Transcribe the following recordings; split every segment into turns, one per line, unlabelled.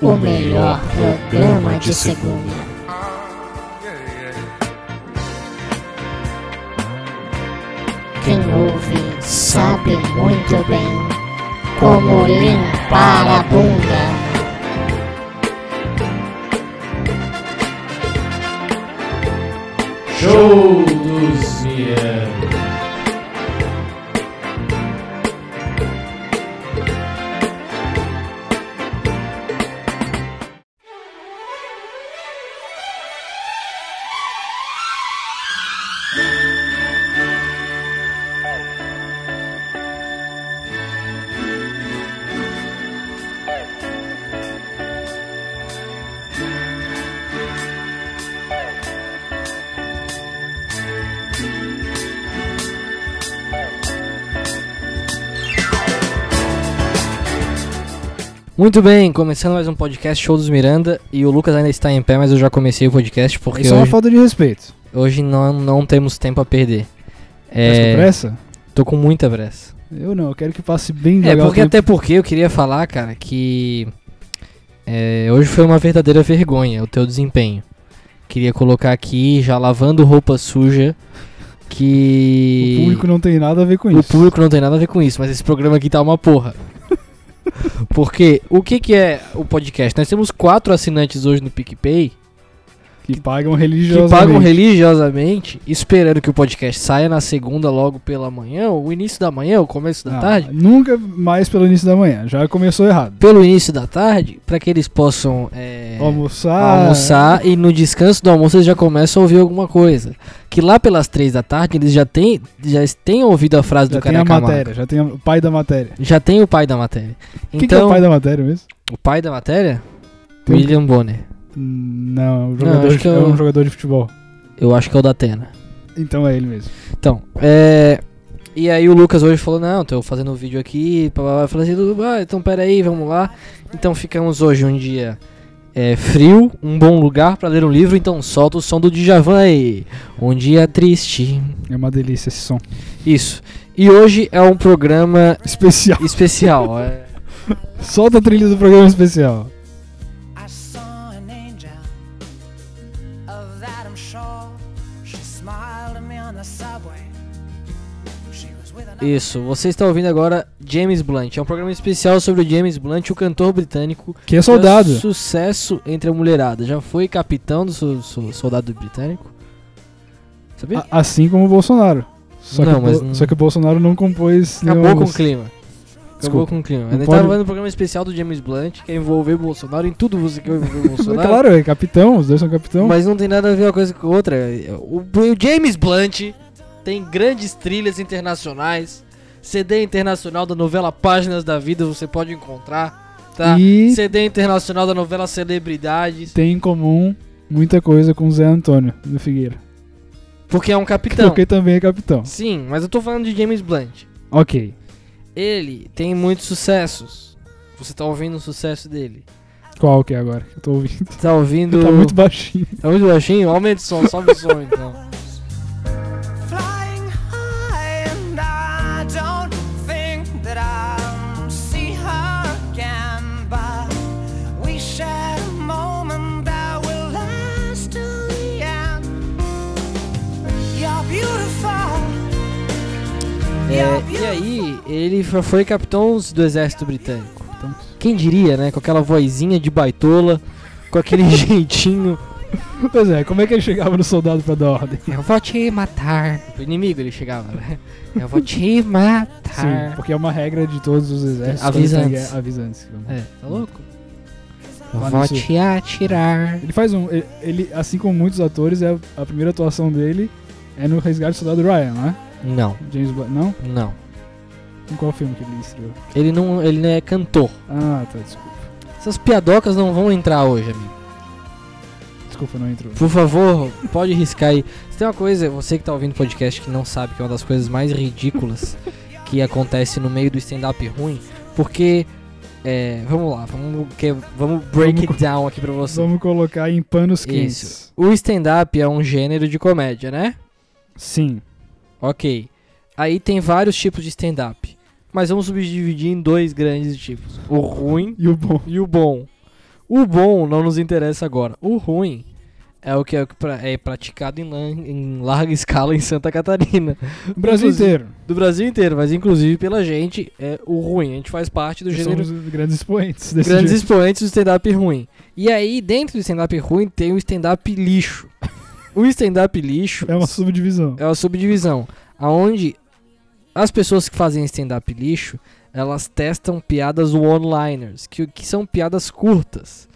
o melhor programa de segunda. Quem ouve sabe muito bem como limpar a bunda.
Show dos Mianos.
Muito bem, começando mais um podcast Show dos Miranda. E o Lucas ainda está em pé, mas eu já comecei o podcast porque
Isso é uma
hoje,
falta de respeito.
hoje não, não temos tempo a perder.
Mas
É,
com pressa?
tô com muita pressa.
Eu não, eu quero que passe bem
É,
devagar o
porque
tempo.
até porque eu queria falar, cara, que é, hoje foi uma verdadeira vergonha o teu desempenho. Queria colocar aqui, já lavando roupa suja, que.
O público não tem nada a ver com
O
isso.
público não tem nada a ver com isso, mas esse programa aqui tá uma porra. Porque o que, que é o podcast? Nós temos quatro assinantes hoje no PicPay
Que pagam
que
religiosamente.
pagam religiosamente, esperando que o podcast saia na segunda logo pela manhã, o início da manhã, o começo da
Não,
tarde.
Ah, Nunca mais pelo início da manhã. Já começou errado.
Pelo início da tarde, pra que eles possam é,
Almoçar.
almoçar e no descanso do almoço eles já começam a ouvir alguma coisa. Que lá pelas três da tarde eles já têm já têm ouvido a frase
Já
do
tem a
Careca Marco.
matéria, já tem a- o pai da matéria.
Já tem o pai da matéria.
Quem que é
Então-
o pai da matéria mesmo?
O pai da matéria?
Tem um-
William Bonner.
Não, é um
Não,
jogador,
acho
de-
que
é
eu-
um jogador de futebol.
Eu acho que é o da Atena.
Então é ele mesmo.
Então, é. E aí o Lucas hoje falou, não, tô fazendo um vídeo aqui, blá, blá, blá. Eu falei assim, "Dudu, ah, então peraí, vamos lá. Então ficamos hoje um dia é, frio, um bom lugar pra ler um livro, então solta o som do Djavan aí. Um dia triste.
É uma delícia esse som.
Isso. E hoje é um programa
Especial.
especial. é.
Solta a trilha do programa especial.
I saw an angel, of that I'm sure. She smiled at me on the subway. She was with another
Isso, você está ouvindo agora James Blunt. É um programa especial sobre o James Blunt, o cantor britânico
Que é soldado.
Seu Sucesso entre a mulherada. Já foi capitão do so- so- soldado britânico? Sabia?
A- assim como o Bolsonaro. Só,
Não,
que o
mas
Bo-
não-
só que o Bolsonaro não compôs.
Acabou
nenhum-
com o clima. Acabou
Desculpa.
com o clima.
Não
Ele
pode-
tava fazendo um programa especial do James Blunt, que é envolver o Bolsonaro em tudo você quer envolver o Bolsonaro.
Claro, é capitão, os dois são capitão.
Mas não tem nada a ver uma coisa com a outra. O, o James Blunt tem grandes trilhas internacionais. CD internacional da novela Páginas da Vida você pode encontrar. Tá?
E
CD internacional da novela Celebridades.
tem em comum muita coisa com o Zé Antônio do Figueira.
Porque é um capitão.
Porque também é capitão.
Sim, mas eu tô falando de James Blunt.
Ok.
Ele tem muitos sucessos. Você tá ouvindo o sucesso dele?
Qual que é agora? Eu tô ouvindo.
Tá ouvindo.
Tá muito baixinho.
tá muito baixinho? Aumenta o som, sobe o som então.
flying high, and I don't think that I'll see her again. But we shared a moment that will last till the end. You're beautiful.
É, e aí, ele fa- foi capitão do exército britânico.
Então,
Quem diria, né? Com aquela vozinha de baitola, com aquele jeitinho.
Pois é, como é que ele chegava no soldado pra dar ordem?
Eu vou te matar. O inimigo ele chegava, né? Eu vou te matar.
Sim, porque é uma regra de todos os exércitos. quando
Ah. Avisa
tem
antes.
guerra- Avisa antes.
É, tá louco?
Fala
Vou
nisso.
te atirar.
Ele faz um. Ele, ele, assim como muitos atores, é a, a primeira atuação dele é no Resgate do Soldado Ryan, né?
Não,
James Blunt. Não?
não.
Em qual filme que ele estreou?
Ele não, ele não é cantor.
Ah, tá, desculpa.
Essas piadocas não vão entrar hoje, amigo.
Desculpa, não entrou.
Por favor, pode riscar aí. Se tem uma coisa, você que tá ouvindo podcast que não sabe, que é uma das coisas mais ridículas que acontece no meio do stand-up ruim, porque. É, vamos lá, vamos, que, vamos break
Vamos co-
it down aqui pra você.
Vamos colocar em panos quentes.
Isso. O stand-up é um gênero de comédia, né?
Sim.
Ok. Aí tem vários tipos de stand-up. Mas vamos subdividir em dois grandes tipos: o ruim
E o bom.
e o bom. O bom não nos interessa agora. O ruim é o que é, o que pra- é praticado em, lan- em larga escala em Santa Catarina.
O Brasil
Inclusive,
inteiro.
Do Brasil inteiro, mas inclusive pela gente, é o ruim. A gente faz parte do gênero
Somos grandes expoentes desse
grandes
jeito.
expoentes do stand-up ruim. E aí, dentro do stand-up ruim, tem o stand-up lixo. O stand-up lixo
É uma subdivisão.
é uma subdivisão, aonde as pessoas que fazem stand-up lixo, elas testam piadas one-liners, que, que são piadas curtas.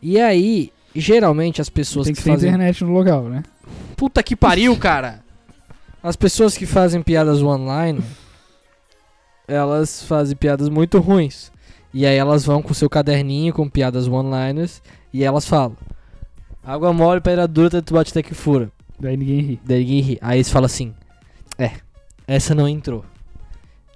E aí, geralmente as pessoas
Tem
que,
que ter
fazem...
internet no local, né?
Puta que pariu, cara! As pessoas que fazem piadas one-liner, elas fazem piadas muito ruins. E aí elas vão com seu caderninho com piadas one-liners e elas falam... Água mole, pedra dura, tanto bate até que fura.
Daí ninguém ri.
Daí ninguém ri. Aí eles falam assim: É, essa não entrou.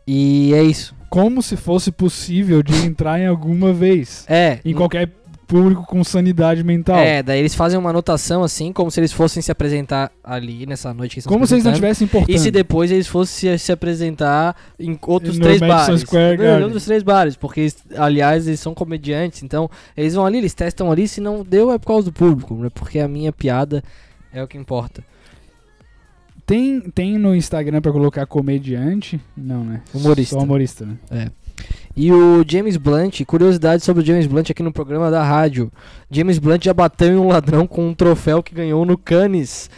E é isso.
Como se fosse possível de entrar em alguma vez.
É.
Em
n-
qualquer público com sanidade mental.
É, daí eles fazem uma anotação assim, como se eles fossem se apresentar ali nessa noite que eles estão
Como se eles não
apresentando.
tivessem
né? E se
importância.
depois eles fossem se- se apresentar em outros
No
três
Madison
bares.
Square
Não, em
Garden.
outros três bares, porque, eles- aliás, eles são comediantes, então eles vão ali, eles testam ali, se não deu é por causa do público, né? porque a minha piada é o que importa.
Tem, tem no Instagram pra colocar comediante? Não, né?
Humorista.
Só humorista, né?
E o James Blunt, curiosidade sobre o James Blunt aqui no programa da rádio. James Blunt já bateu em um ladrão com um troféu que ganhou no Cannes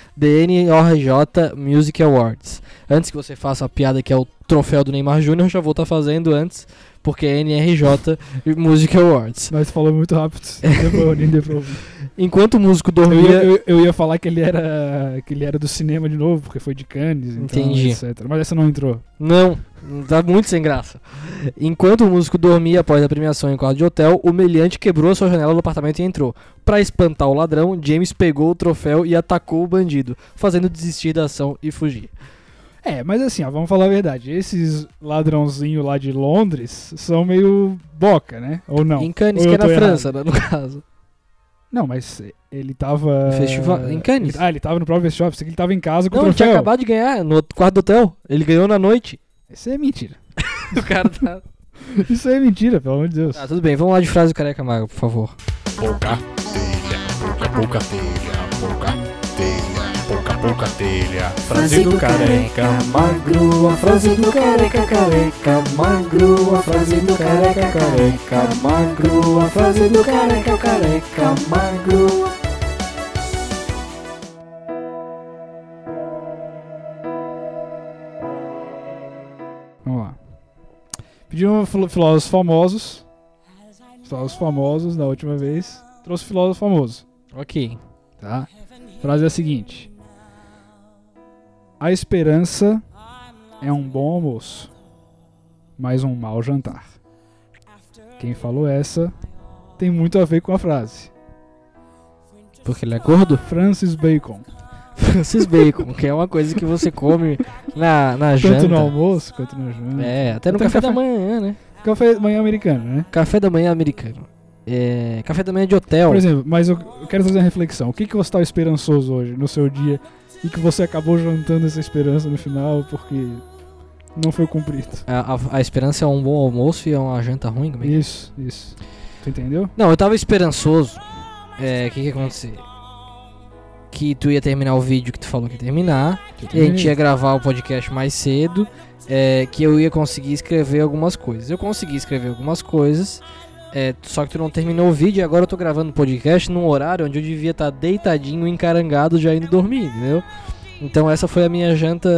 DNRJ Music Awards. Antes que você faça a piada que é o troféu do Neymar Júnior, eu já vou estar fazendo antes, porque é NRJ Music Awards.
Mas falou muito rápido. Deu pra ouvir, deu pra ouvir.
Enquanto o músico
eu,
dormia.
ia, eu, eu ia falar que ele era que ele era do cinema de novo, porque foi de Cannes, então,
Entendi.
etc. Mas essa não entrou.
Não, tá muito sem graça. Enquanto o músico dormia após a premiação em quarto de hotel, o meliante quebrou a sua janela do apartamento e entrou. Pra espantar o ladrão, James pegou o troféu e atacou o bandido, fazendo desistir da ação e fugir.
É, mas assim, ó, vamos falar a verdade. Esses ladrãozinhos lá de Londres são meio boca, né? Ou não?
em Cannes,
Ou eu
que é na
tô errado?
França, né, no caso.
Não, mas ele tava.
Festival- em Cannes?
Ah, ele tava no próprio festival, pensei que ele tava em casa com
Não,
o
ele tinha
troféu.
acabado de ganhar no outro quarto do hotel. Ele ganhou na noite.
Isso é mentira.
O cara tá.
Isso é mentira, pelo amor de Deus.
Tá, tudo bem, vamos lá de frase do careca mago, por favor.
Pouca telha, pouca, pouca telha, pouca telha, pouca, pouca telha. Frase do careca magro, a frase do careca careca magro, a frase do careca careca magro, a frase do careca careca magro.
Vamos lá. Pedimos filo- filósofos famosos. Filósofos famosos da última vez. Trouxe filósofo famoso,
Ok.
tá? A frase é a seguinte: A esperança é um bom almoço, mas um mau jantar. Quem falou essa tem muito a ver com a frase.
Porque ele é gordo?
Francis Bacon.
Francis Bacon, que é uma coisa que você come na, na janta.
Tanto no almoço quanto na janta.
É, até no
Até no
café,
café.
da manhã, né?
Café da manhã americano, né?
Café da manhã americano. É, café da manhã de hotel.
Por exemplo, mas eu eu quero fazer uma reflexão. O que, que você tá esperançoso hoje no seu dia e que você acabou jantando essa esperança no final porque não foi cumprido?
A, a- a esperança é um bom almoço e é uma janta ruim como é que- é?
Isso, isso. Tu entendeu?
Não, eu tava esperançoso. É, o que que ia acontecer? Que tu ia terminar o vídeo que tu falou que ia terminar. E a
Uhum.
gente ia gravar o podcast mais cedo. é, que eu ia conseguir escrever algumas coisas. Eu consegui escrever algumas coisas. é, só que tu não terminou o vídeo e agora eu tô gravando o podcast num horário onde eu devia estar deitadinho, encarangado, já indo dormir, entendeu? Então essa foi a minha janta.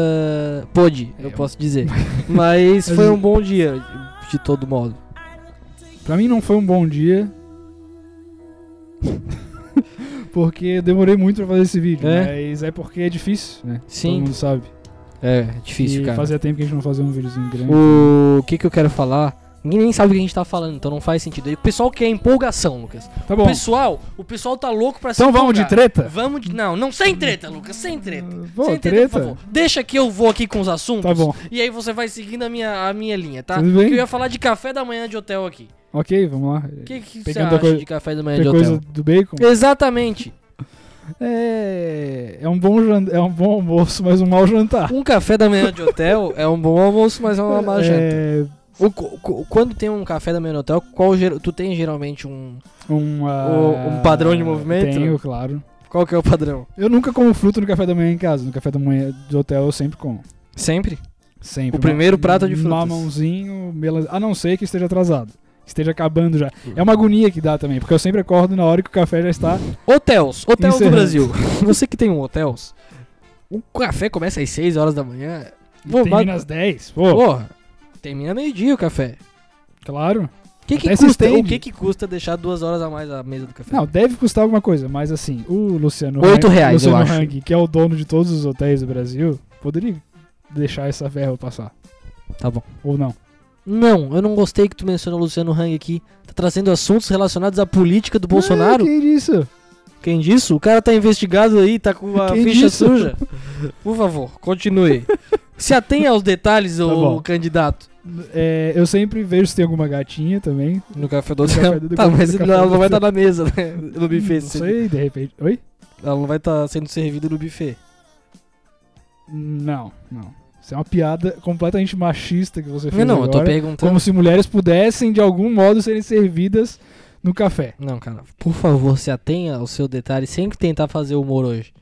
Pôde, eu
É,
posso dizer. Mas foi um bom dia, de todo modo.
Pra mim não foi um bom dia. porque eu demorei muito pra fazer esse vídeo.
É?
Mas é porque é difícil, né?
Sim.
Todo mundo sabe.
É, difícil,
e
cara.
fazia tempo que a gente não fazia um videozinho grande.
O que que eu quero falar? Ninguém nem sabe o que a gente tá falando, então não faz sentido. E o pessoal quer empolgação, Lucas.
Tá
O
bom.
pessoal, o pessoal tá louco pra se
Então vamos de
empolgar.
treta?
Vamos de. Não, não, sem treta, Lucas, sem treta.
Pô,
sem
treta?
por favor. Deixa que eu vou aqui com os assuntos.
Tá bom.
E aí você vai seguindo a minha, a minha linha, tá?
Tudo bem.
Que eu ia falar de café da manhã de hotel aqui.
Ok, vamos lá.
O que, que você
Pegando a
acha
coisa-
de café da manhã
Tem
de
coisa
hotel?
do bacon?
Exatamente.
É, é um bom jan- é um bom almoço, mas um mau jantar.
Um café da manhã de hotel é um bom almoço, mas é uma má janta.
É,
O co- co- quando tem um café da manhã no hotel, qual ger- tu tem geralmente um.
Um, ah,
O- um padrão de movimento?
Tenho, claro.
Qual que é o padrão?
Eu nunca como fruta no café da manhã em casa. No café da manhã do hotel eu sempre como.
Sempre?
Sempre.
O primeiro prato é de frutas.
Mamãozinho, melancia. A não ser que esteja atrasado. que Esteja acabando já. É uma agonia que dá também, porque eu sempre acordo na hora que o café já está.
Hotels, hotels do
Encerrando.
Brasil. Você que tem um hotels, o café começa às 6 horas da manhã.
E
Pô,
termina
mas-
às 10. Pô,
Porra, termina meio-dia o café.
claro.
O que que
Até se
custa,
estende.
o que que custa deixar duas horas a mais a mesa do café?
Não, deve custar alguma coisa, mas assim, o Luciano
Oito
Hang-
reais,
Luciano
eu acho.
Hang, que é o dono de todos os hotéis do Brasil, poderia deixar essa verba passar.
Tá bom.
Ou não.
Não, eu não gostei que tu mencionou o Luciano Hang aqui. Tá trazendo assuntos relacionados à política do Bolsonaro.
Ah, que isso?
Quem disso? O cara tá investigado aí, tá com a
Quem
ficha
disso?
suja. Por favor, continue. Se atenha aos detalhes, o
Tá bom.
candidato.
É, eu sempre vejo se tem alguma gatinha também.
No café do
hotel.
hotel. Tá, mas
No
ela
café do
não vai estar
hotel.
na mesa, né? No buffet.
Não sei, de repente. Oi?
Ela não vai estar sendo servida no buffet.
Não, não. Isso é uma piada completamente machista que você fez.
Não, não, eu tô
agora,
perguntando.
Como se mulheres pudessem, de algum modo, serem servidas no café.
Não, cara, por favor, se atenha ao seu detalhe sem que tentar fazer humor hoje.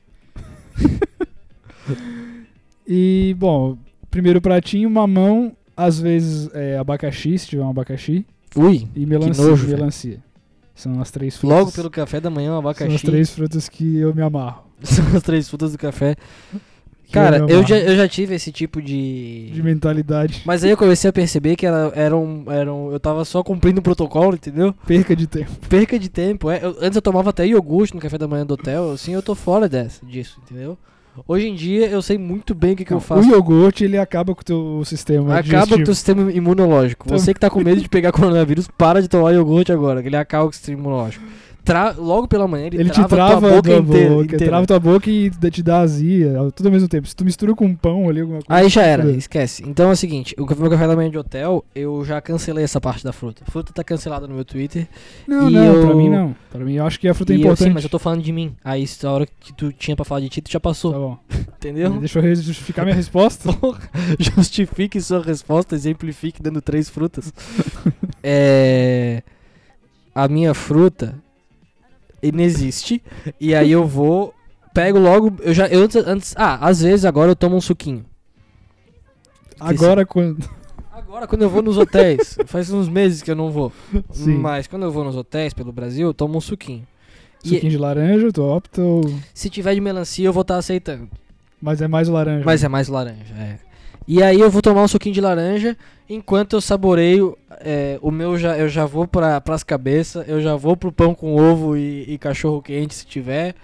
E, bom, primeiro pratinho, mamão, às vezes é, abacaxi, se tiver um abacaxi,
Ui,
e melancia.
nojo, velho.
melancia. São as três frutas.
logo pelo café da manhã, um abacaxi.
São as três frutas que eu me amarro.
São as três frutas do café.
Que
Cara,
me
eu
amarro.
já, eu já tive esse tipo de.
De mentalidade.
Mas aí eu comecei a perceber que era, era, um, era um- Eu tava só cumprindo o protocolo, entendeu?
Perca de tempo.
Perca de tempo. É, eu- antes eu tomava até iogurte no café da manhã do hotel, assim, eu tô fora dessa, disso, entendeu? Hoje em dia eu sei muito bem o que, que eu faço.
O iogurte, é ele acaba com o teu sistema
Acaba com o
digestivo.
teu sistema imunológico.
Também.
Você que tá com medo de pegar coronavírus, para de tomar iogurte agora, que ele acaba com o sistema imunológico. Tra- logo pela manhã ele,
Ele
trava,
te trava
tua boca
tua
inteira.
boca,
inteira.
trava tua boca e dá- te dá azia, tudo ao mesmo tempo. Se tu mistura com um pão ali, alguma coisa.
Aí já era,
Tudo.
esquece. Então é o seguinte, o meu café da manhã de hotel, eu já cancelei essa parte da fruta. Fruta tá cancelada no meu Twitter.
Não,
e
não, pra
eu-
mim não. Pra mim eu acho que a fruta é
e eu,
importante.
sim, mas eu tô falando de mim. Aí se a hora que tu tinha pra falar de ti, tu já passou,
Tá bom.
entendeu?
Deixa eu re- justificar minha resposta.
Porra, Justifique sua resposta, exemplifique dando três frutas. é. A minha fruta inexiste. E aí eu vou. Pego logo. Eu já. Eu antes, antes- Ah, às vezes agora eu tomo um suquinho.
Agora quando.
Agora, quando eu vou nos hotéis, faz uns meses que eu não vou.
Sim.
Mas quando eu vou nos hotéis pelo Brasil, eu tomo um suquinho. E-
Suquinho de laranja, tu opta ou.
Se tiver de melancia, eu vou estar aceitando.
Mas é mais o laranja.
Mas é mais laranja, é. E aí eu vou tomar um suquinho de laranja enquanto eu saboreio é, o meu já eu já vou para pras cabeças, eu já vou pro pão com ovo e, e cachorro quente se tiver.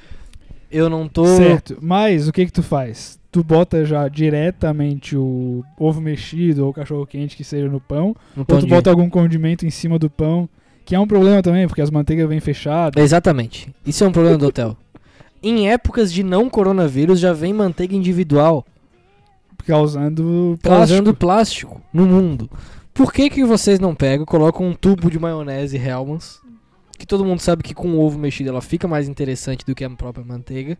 Eu não tô
Certo. Mas o que que tu faz? Tu bota já diretamente o ovo mexido ou cachorro quente que seja no pão,
no pão
ou tu
de-
bota algum condimento em cima do pão, que é um problema também, porque as manteigas vêm fechadas.
Exatamente. Isso é um problema do hotel. Em épocas de não coronavírus já vem manteiga individual
causando plástico.
causando plástico no mundo. Por que que vocês não pegam, colocam um tubo de maionese Hellmann's, que todo mundo sabe que com ovo mexido ela fica mais interessante do que a própria manteiga,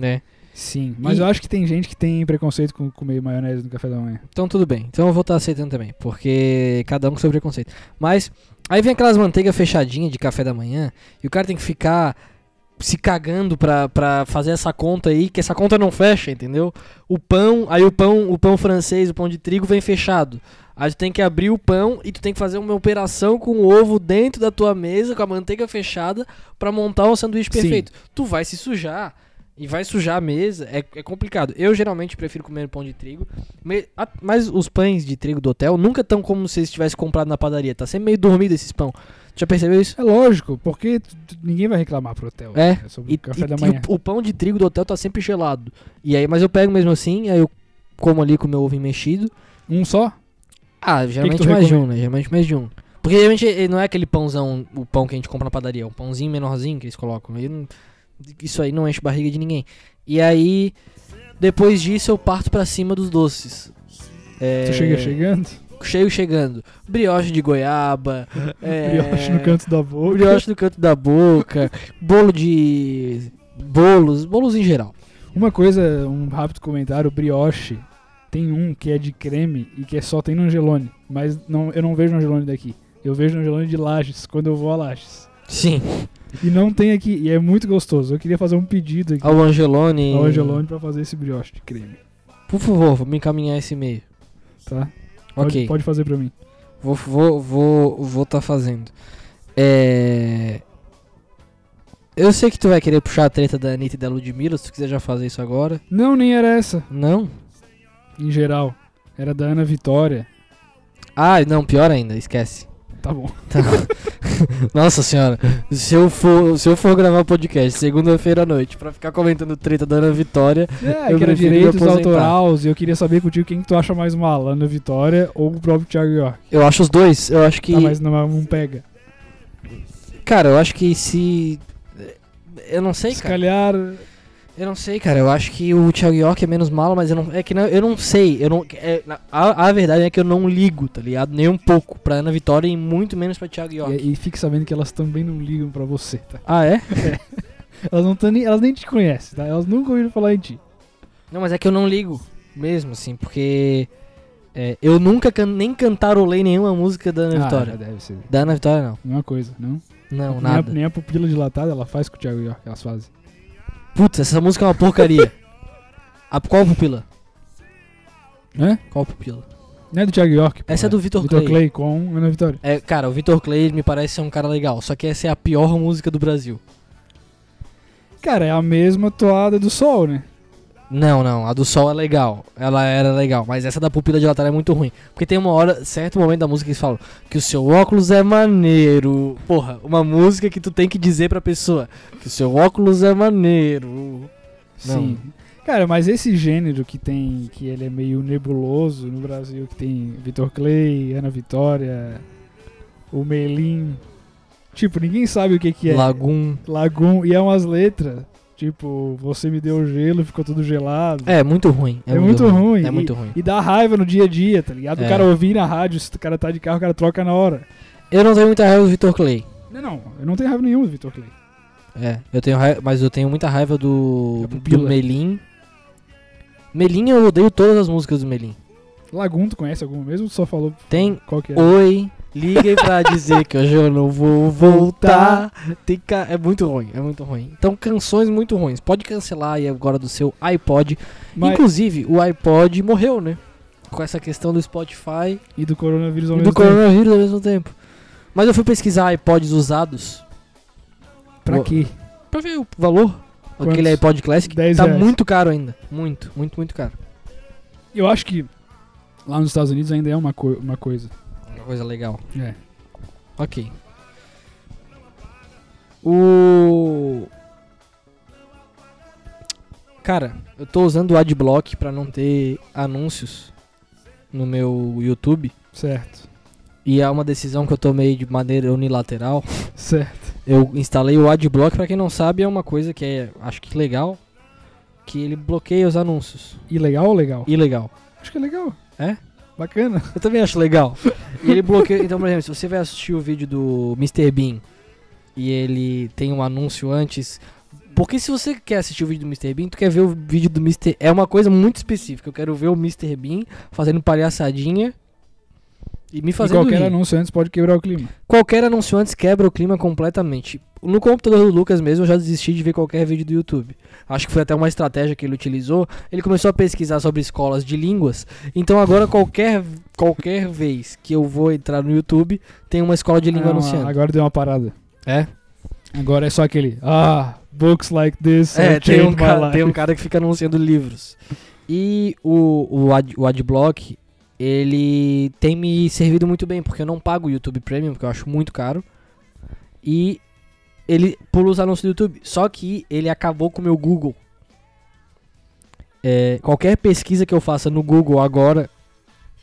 né?
Sim, mas
E-
eu acho que tem gente que tem preconceito com comer maionese no café da manhã.
Então tudo bem. Então eu vou estar aceitando também, porque cada um com seu preconceito. Mas aí vem aquelas manteigas fechadinhas de café da manhã e o cara tem que ficar se cagando pra, pra fazer essa conta aí, que essa conta não fecha, entendeu? O pão, aí o pão, o pão francês, o pão de trigo vem fechado. Aí tu tem que abrir o pão e tu tem que fazer uma operação com o ovo dentro da tua mesa, com a manteiga fechada, pra montar um sanduíche
Sim.
perfeito. Tu vai se sujar. E vai sujar a mesa, é, é complicado. Eu geralmente prefiro comer pão de trigo, me- a- Mas os pães de trigo do hotel nunca tão como se eles tivessem comprado na padaria. Tá sempre meio dormido esses pão. Já percebeu isso?
É lógico, porque tu- tu- ninguém vai reclamar pro hotel
É,
né, sobre
E,
o café
e-
da
e
manhã.
o, o pão de trigo do hotel tá sempre gelado. E aí, mas eu pego mesmo assim, aí eu como ali com o meu ovo mexido.
Um só?
Ah, geralmente mais de um, né? Geralmente mais de um. Porque geralmente eh, não é aquele pãozão, o pão que a gente compra na padaria, é um pãozinho menorzinho que eles colocam. Aí não- isso aí não enche barriga de ninguém. E aí, depois disso, eu parto pra cima dos doces. É...
Tu chega chegando,
cheio chegando. Brioche de goiaba. é,
brioche no canto da boca.
Brioche no canto da boca. bolo de. Bolos. Bolos em geral.
Uma coisa, um rápido comentário, brioche Tem um que é de creme e que é só tem no Angelone. Mas não, eu não vejo no Angelone daqui. Eu vejo no Angelone de Lages, quando eu vou a Lages.
Sim.
E não tem aqui, e é muito gostoso. Eu queria fazer um pedido aqui
Ao Angelone.
ao Angelone pra fazer esse brioche de creme,
Por favor, vou me encaminhar esse e-mail.
tá? Pode,
Ok.
pode fazer pra mim.
Vou vou vou vou tá fazendo. É Eu sei que tu vai querer puxar a treta da Anitta e da Ludmilla, se tu quiser já fazer isso agora.
Não, nem era essa,
Não?
em geral. Era da Ana Vitória.
Ah, não, pior ainda, esquece.
Tá bom.
Tá. Nossa senhora, se eu for, se eu for gravar podcast segunda-feira à noite pra ficar comentando treta da Ana Vitória,
É,
Eu
que era
prefiro
direitos
me aposentar.
autorais e eu queria saber contigo quem que tu acha mais mal, Ana Vitória ou o próprio Thiago York.
eu acho os dois, eu acho que
Tá, mas não, não pega.
Cara, eu acho que se. Eu não sei,
Se
cara.
calhar.
Eu não sei, cara. Eu acho que o Thiago York é menos malo, mas eu não. É que não, eu não sei. Eu não, é- a, a verdade é que eu não ligo, tá ligado? Nem um pouco pra Ana Vitória e muito menos pra Thiago York.
E, e fique sabendo que elas também não ligam pra você, tá?
Ah, é?
Elas não tão nem, elas nem te conhecem, tá? Elas nunca ouviram falar em ti.
Não, mas é que eu não ligo mesmo, assim, porque. é, eu nunca can, nem cantarolei nenhuma música da Ana
Ah,
é Vitória.
deve ser.
Da Ana Vitória, não.
Nenhuma coisa, não?
Não,
nem,
nada.
A, nem a pupila dilatada ela faz com o Thiago York, elas fazem.
Putz, essa música é uma porcaria. a, qual pupila?
Hã?
Qual pupila?
Não é do Thiago York.
Essa é do Vitor
Vitor
Clay.
Clay com Ana Vitória.
É, cara, o Vitor Clay me parece ser um cara legal, só que essa é a pior música do Brasil.
Cara, é a mesma toada do Sol, né?
Não, não, a do Sol é legal. Ela era legal, mas essa da pupila dilatada é muito ruim. Porque tem uma hora, certo momento da música que eles falam que o seu óculos é maneiro. Porra, uma música que tu tem que dizer pra pessoa que o seu óculos é maneiro.
Sim. Cara, mas esse gênero que tem, que ele é meio nebuloso no Brasil, que tem Vitor Clay, Ana Vitória, o Melim. Tipo, ninguém sabe o que que é.
Lagum.
Lagum. E é umas letras. Tipo, você me deu gelo, ficou tudo gelado.
É, muito ruim. É,
É muito ruim.
É muito ruim.
E dá raiva no dia a dia, tá ligado? O
É.
cara ouvir na rádio, se o cara tá de carro, o cara troca na hora.
Eu não tenho muita raiva do Vitor Clay.
Não, não, eu não tenho raiva nenhuma do Vitor Clay.
É, eu tenho raiva, mas eu tenho muita raiva do,
Da
do
pupila.
Melim. Melim eu odeio todas as músicas do Melim.
Lagum, tu conhece alguma mesmo? Tu só falou
Tem
qual que é.
Oi, liguem pra dizer que hoje eu não vou voltar. Tem ca- É muito ruim, é muito ruim. Então, canções muito ruins. Pode cancelar aí agora do seu iPod.
Mas-
Inclusive, o iPod morreu, né? Com essa questão do Spotify
E do coronavírus ao
e
mesmo
do
tempo.
coronavírus ao mesmo tempo. Mas eu fui pesquisar iPods usados
Pra quê?
pra ver o valor.
Quantos?
Aquele iPod Classic
10
tá
reais.
muito caro ainda. Muito, muito, muito caro.
Eu acho que lá nos Estados Unidos ainda é uma, co- uma coisa.
Uma coisa legal.
É.
Ok. O. Cara, eu tô usando o Adblock pra não ter anúncios no meu YouTube.
Certo.
E é uma decisão que eu tomei de maneira unilateral.
Certo.
Eu instalei o Adblock, pra quem não sabe, é uma coisa que é, acho que legal, que ele bloqueia os anúncios.
Ilegal ou legal?
Ilegal.
Acho que é legal.
É?
Bacana.
Eu também acho legal. E ele bloqueia. Então, por exemplo, se você vai assistir o vídeo do Mr. Bean e ele tem um anúncio antes. Porque se você quer assistir o vídeo do Mr. Bean, tu quer ver o vídeo do Mr. É uma coisa muito específica. Eu quero ver o Mr. Bean fazendo palhaçadinha e me
E
fazendo
qualquer
rir.
anúncio antes pode quebrar o clima.
Qualquer anunciante quebra o clima completamente. No computador do Lucas mesmo, eu já desisti de ver qualquer vídeo do YouTube. Acho que foi até uma estratégia que ele utilizou. Ele começou a pesquisar sobre escolas de línguas. Então agora qualquer, qualquer vez que eu vou entrar no YouTube, tem uma escola de língua
Ah,
anunciando.
Agora deu uma parada.
É?
Agora é só aquele. Ah, books like this.
É,
have
tem um,
changed my
cara,
life."
tem um cara que fica anunciando livros. E o, o, Ad, o Adblock, ele tem me servido muito bem, porque eu não pago o YouTube Premium, porque eu acho muito caro. E ele pula os anúncios do YouTube. Só que ele acabou com o meu Google. É, qualquer pesquisa que eu faça no Google agora,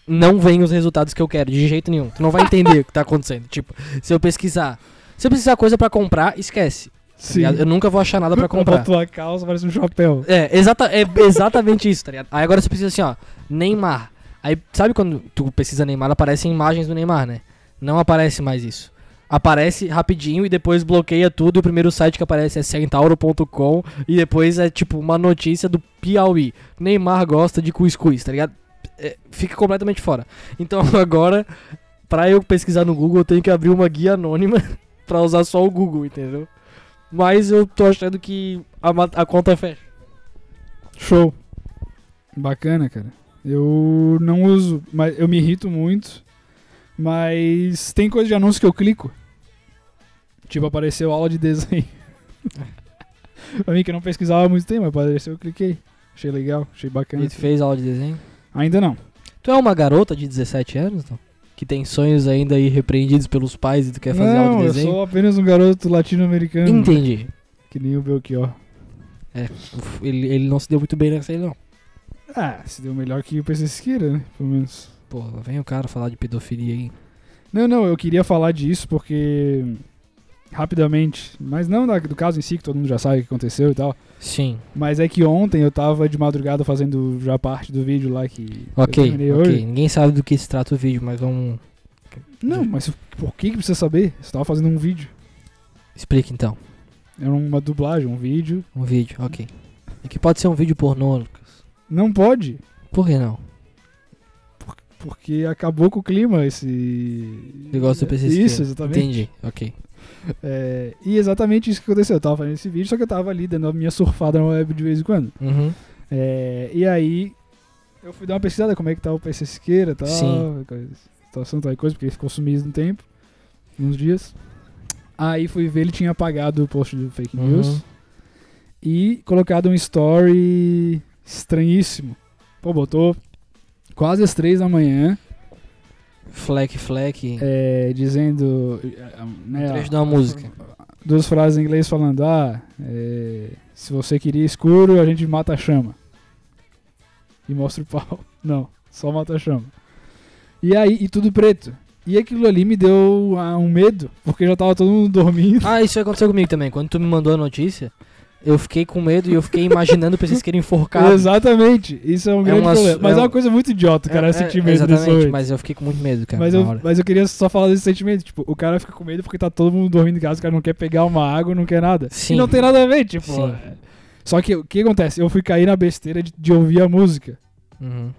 não vem os resultados que eu quero, de jeito nenhum. Tu não vai entender o que tá acontecendo. Tipo, se eu pesquisar. Se eu precisar coisa pra comprar, esquece. tá
Sim.
Eu nunca vou achar nada pra comprar.
Pra tua calça parece um chapéu.
É, exata, é exatamente isso, tá ligado? Aí agora você precisa assim, ó, Neymar. Aí sabe quando tu pesquisa Neymar, aparecem imagens do Neymar, né? Não aparece mais isso. Aparece rapidinho e depois bloqueia tudo. E o primeiro site que aparece é centauro.com e depois é tipo uma notícia do Piauí. Neymar gosta de cuscuz, tá ligado? é, fica completamente fora. Então agora, pra eu pesquisar no Google, eu tenho que abrir uma guia anônima pra usar só o Google, entendeu? Mas eu tô achando que a, ma- a conta é fecha.
Show. Bacana, cara. Eu não uso, mas eu me irrito muito. Mas tem coisa de anúncio que eu clico. Tipo, apareceu aula de desenho. pra mim que eu não pesquisava há muito tempo, mas apareceu, eu cliquei. Achei legal, achei bacana.
E tu fez aula de desenho?
Ainda não.
Tu é uma garota de 17 anos, então? Que tem sonhos ainda aí repreendidos pelos pais e tu quer fazer
não,
aula de
eu
desenho?
sou apenas um garoto latino-americano.
Entendi.
Que nem o Belchior.
Uf, Ele, ele não se deu muito bem nessa aí, não.
Ah, se deu melhor que o PC Siqueira, né? Pelo menos.
Pô, lá vem o cara falar de pedofilia aí.
Não, não, eu queria falar disso porque. Rapidamente, mas não da- do caso em si, que todo mundo já sabe o que aconteceu e tal.
Sim,
Mas é que ontem eu tava de madrugada fazendo já parte do vídeo lá que. eu
ok,
terminei
ok.
hoje.
Ninguém sabe do que se trata o vídeo, mas vamos...
Não, mas por que, que precisa saber? Você tava fazendo um vídeo.
Explica então.
Era uma dublagem, um vídeo.
Um vídeo, ok. É que pode ser um vídeo pornô, Lucas.
Não pode,
Por que não?
porque acabou com o clima esse.
Negócio do PC
Isso,
Siqueira.
exatamente.
Entendi, ok.
É, e exatamente isso que aconteceu. Eu tava fazendo esse vídeo, só que eu tava ali dando a minha surfada na web de vez em quando.
Uhum.
É, e aí eu fui dar uma pesquisada como é que tá o PC Siqueira e tal,
Sim.
coisa- situação tal e coisa, porque ele ficou sumido um tempo, uns dias. Aí fui ver, ele tinha apagado o post do fake
Uhum.
news e colocado um story estranhíssimo. Pô, botou quase às três da manhã,
Fleck, Fleck.
é, dizendo. eh, Né,
Trecho de uma música.
duas frases em inglês falando: Ah, é, se você queria escuro, a gente mata a chama. E mostra o pau. Não, só mata a chama. E aí, e tudo preto. E aquilo ali me deu ah, um medo, porque já tava todo mundo dormindo.
Ah, isso aconteceu comigo também. Quando tu me mandou a notícia, eu fiquei com medo e eu fiquei imaginando o PC Siqueira enforcado.
Exatamente, isso é um grande
uma su-
problema. Mas
é
é, uma
um-
coisa muito idiota, o cara
É,
sentir
é,
medo desse
Exatamente,
jeito.
mas eu fiquei com muito medo, cara.
Mas
na
eu,
hora.
mas eu queria só falar desse sentimento. Tipo, o cara fica com medo porque tá todo mundo dormindo em casa, o cara não quer pegar uma água, não quer nada.
Sim.
E não tem nada a ver, tipo.
Sim.
é. Só que o que acontece? Eu fui cair na besteira de, de ouvir a música.
Uhum.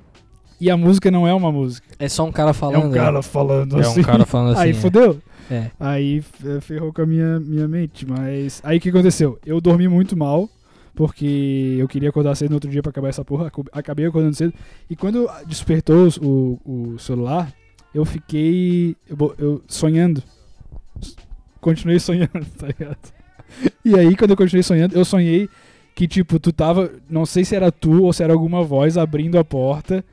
E a música não é uma música.
É só um cara falando.
é um
né?
cara falando
É
assim.
um cara falando assim.
aí
é.
fodeu.
É.
Aí é, ferrou com a minha, minha mente. Mas. Aí o que aconteceu? Eu dormi muito mal. Porque eu queria acordar cedo no outro dia pra acabar essa porra. acu- Acabei acordando cedo. E quando despertou os- o, o celular, eu fiquei. Eu, bo- eu sonhando. S- Continuei sonhando, tá ligado? E aí, quando eu continuei sonhando, eu sonhei que, tipo, tu tava. Não sei se era tu ou se era alguma voz abrindo a porta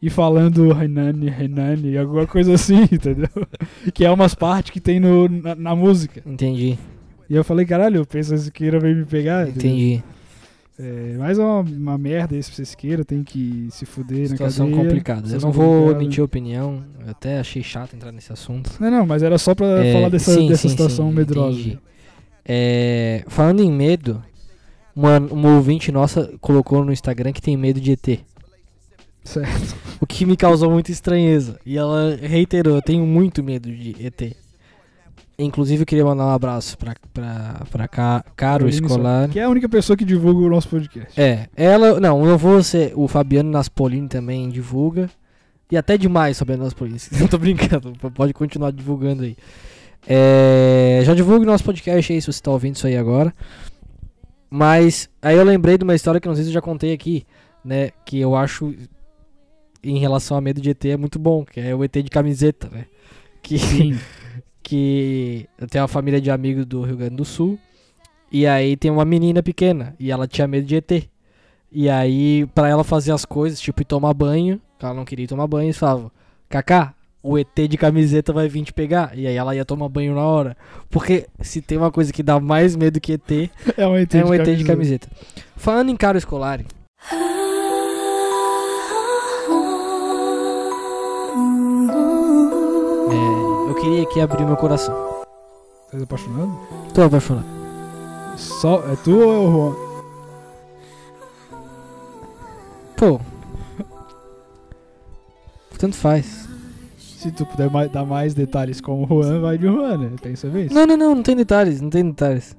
e falando Renani, Renani, alguma coisa assim, entendeu? Que é umas partes que tem no, na, na música.
Entendi,
E eu falei, caralho, o Pensa Siqueira veio me pegar.
entendi.
É, mais uma, uma merda esse Pensa Siqueira, tem que se fuder
Situação
na cadeia.
complicada. Eu
Situação
não vou
complicada.
emitir opinião. Eu até achei chato entrar nesse assunto.
Não, não, mas era só pra
É,
falar dessa,
sim,
dessa
sim,
situação
sim,
medrosa.
entendi. É, falando em medo, uma, uma ouvinte nossa colocou no Instagram que tem medo de ET.
Certo.
O que me causou muita estranheza. E ela reiterou, eu tenho muito medo de ET. Inclusive, eu queria mandar um abraço pra, pra, pra Ca- Caro
Aline só-
Escolar.
Que é a única pessoa que divulga o nosso podcast.
É, ela. Não, eu vou ser. O Fabiano Naspolini também divulga. E até demais, Fabiano Naspolini. Não tô brincando, p- pode continuar divulgando aí. É, já divulgue nosso podcast aí se você tá ouvindo isso aí agora. Mas aí eu lembrei de uma história que não sei se eu já contei aqui, né? Que eu acho em relação a medo de ET é muito bom, que é o ET de camiseta, né? Que, que eu tenho uma família de amigos do Rio Grande do Sul. E aí tem uma menina pequena e ela tinha medo de ET. E aí, pra ela fazer as coisas, tipo ir tomar banho, ela não queria ir tomar banho, eles falavam, Kaká, o ET de camiseta vai vir te pegar. E aí ela ia tomar banho na hora. Porque se tem uma coisa que dá mais medo que ET,
É um ET,
é um ET de camiseta. Falando em Caro Escolari, é, eu queria aqui abrir meu coração.
Tá apaixonado?
Tô apaixonado.
Só, é tu ou é o Juan?
Pô. Tanto faz.
Se tu puder ma- dar mais detalhes como o Juan, vai de Juan, né? Pensa bem isso.
Não, não, não, não tem detalhes, não tem detalhes.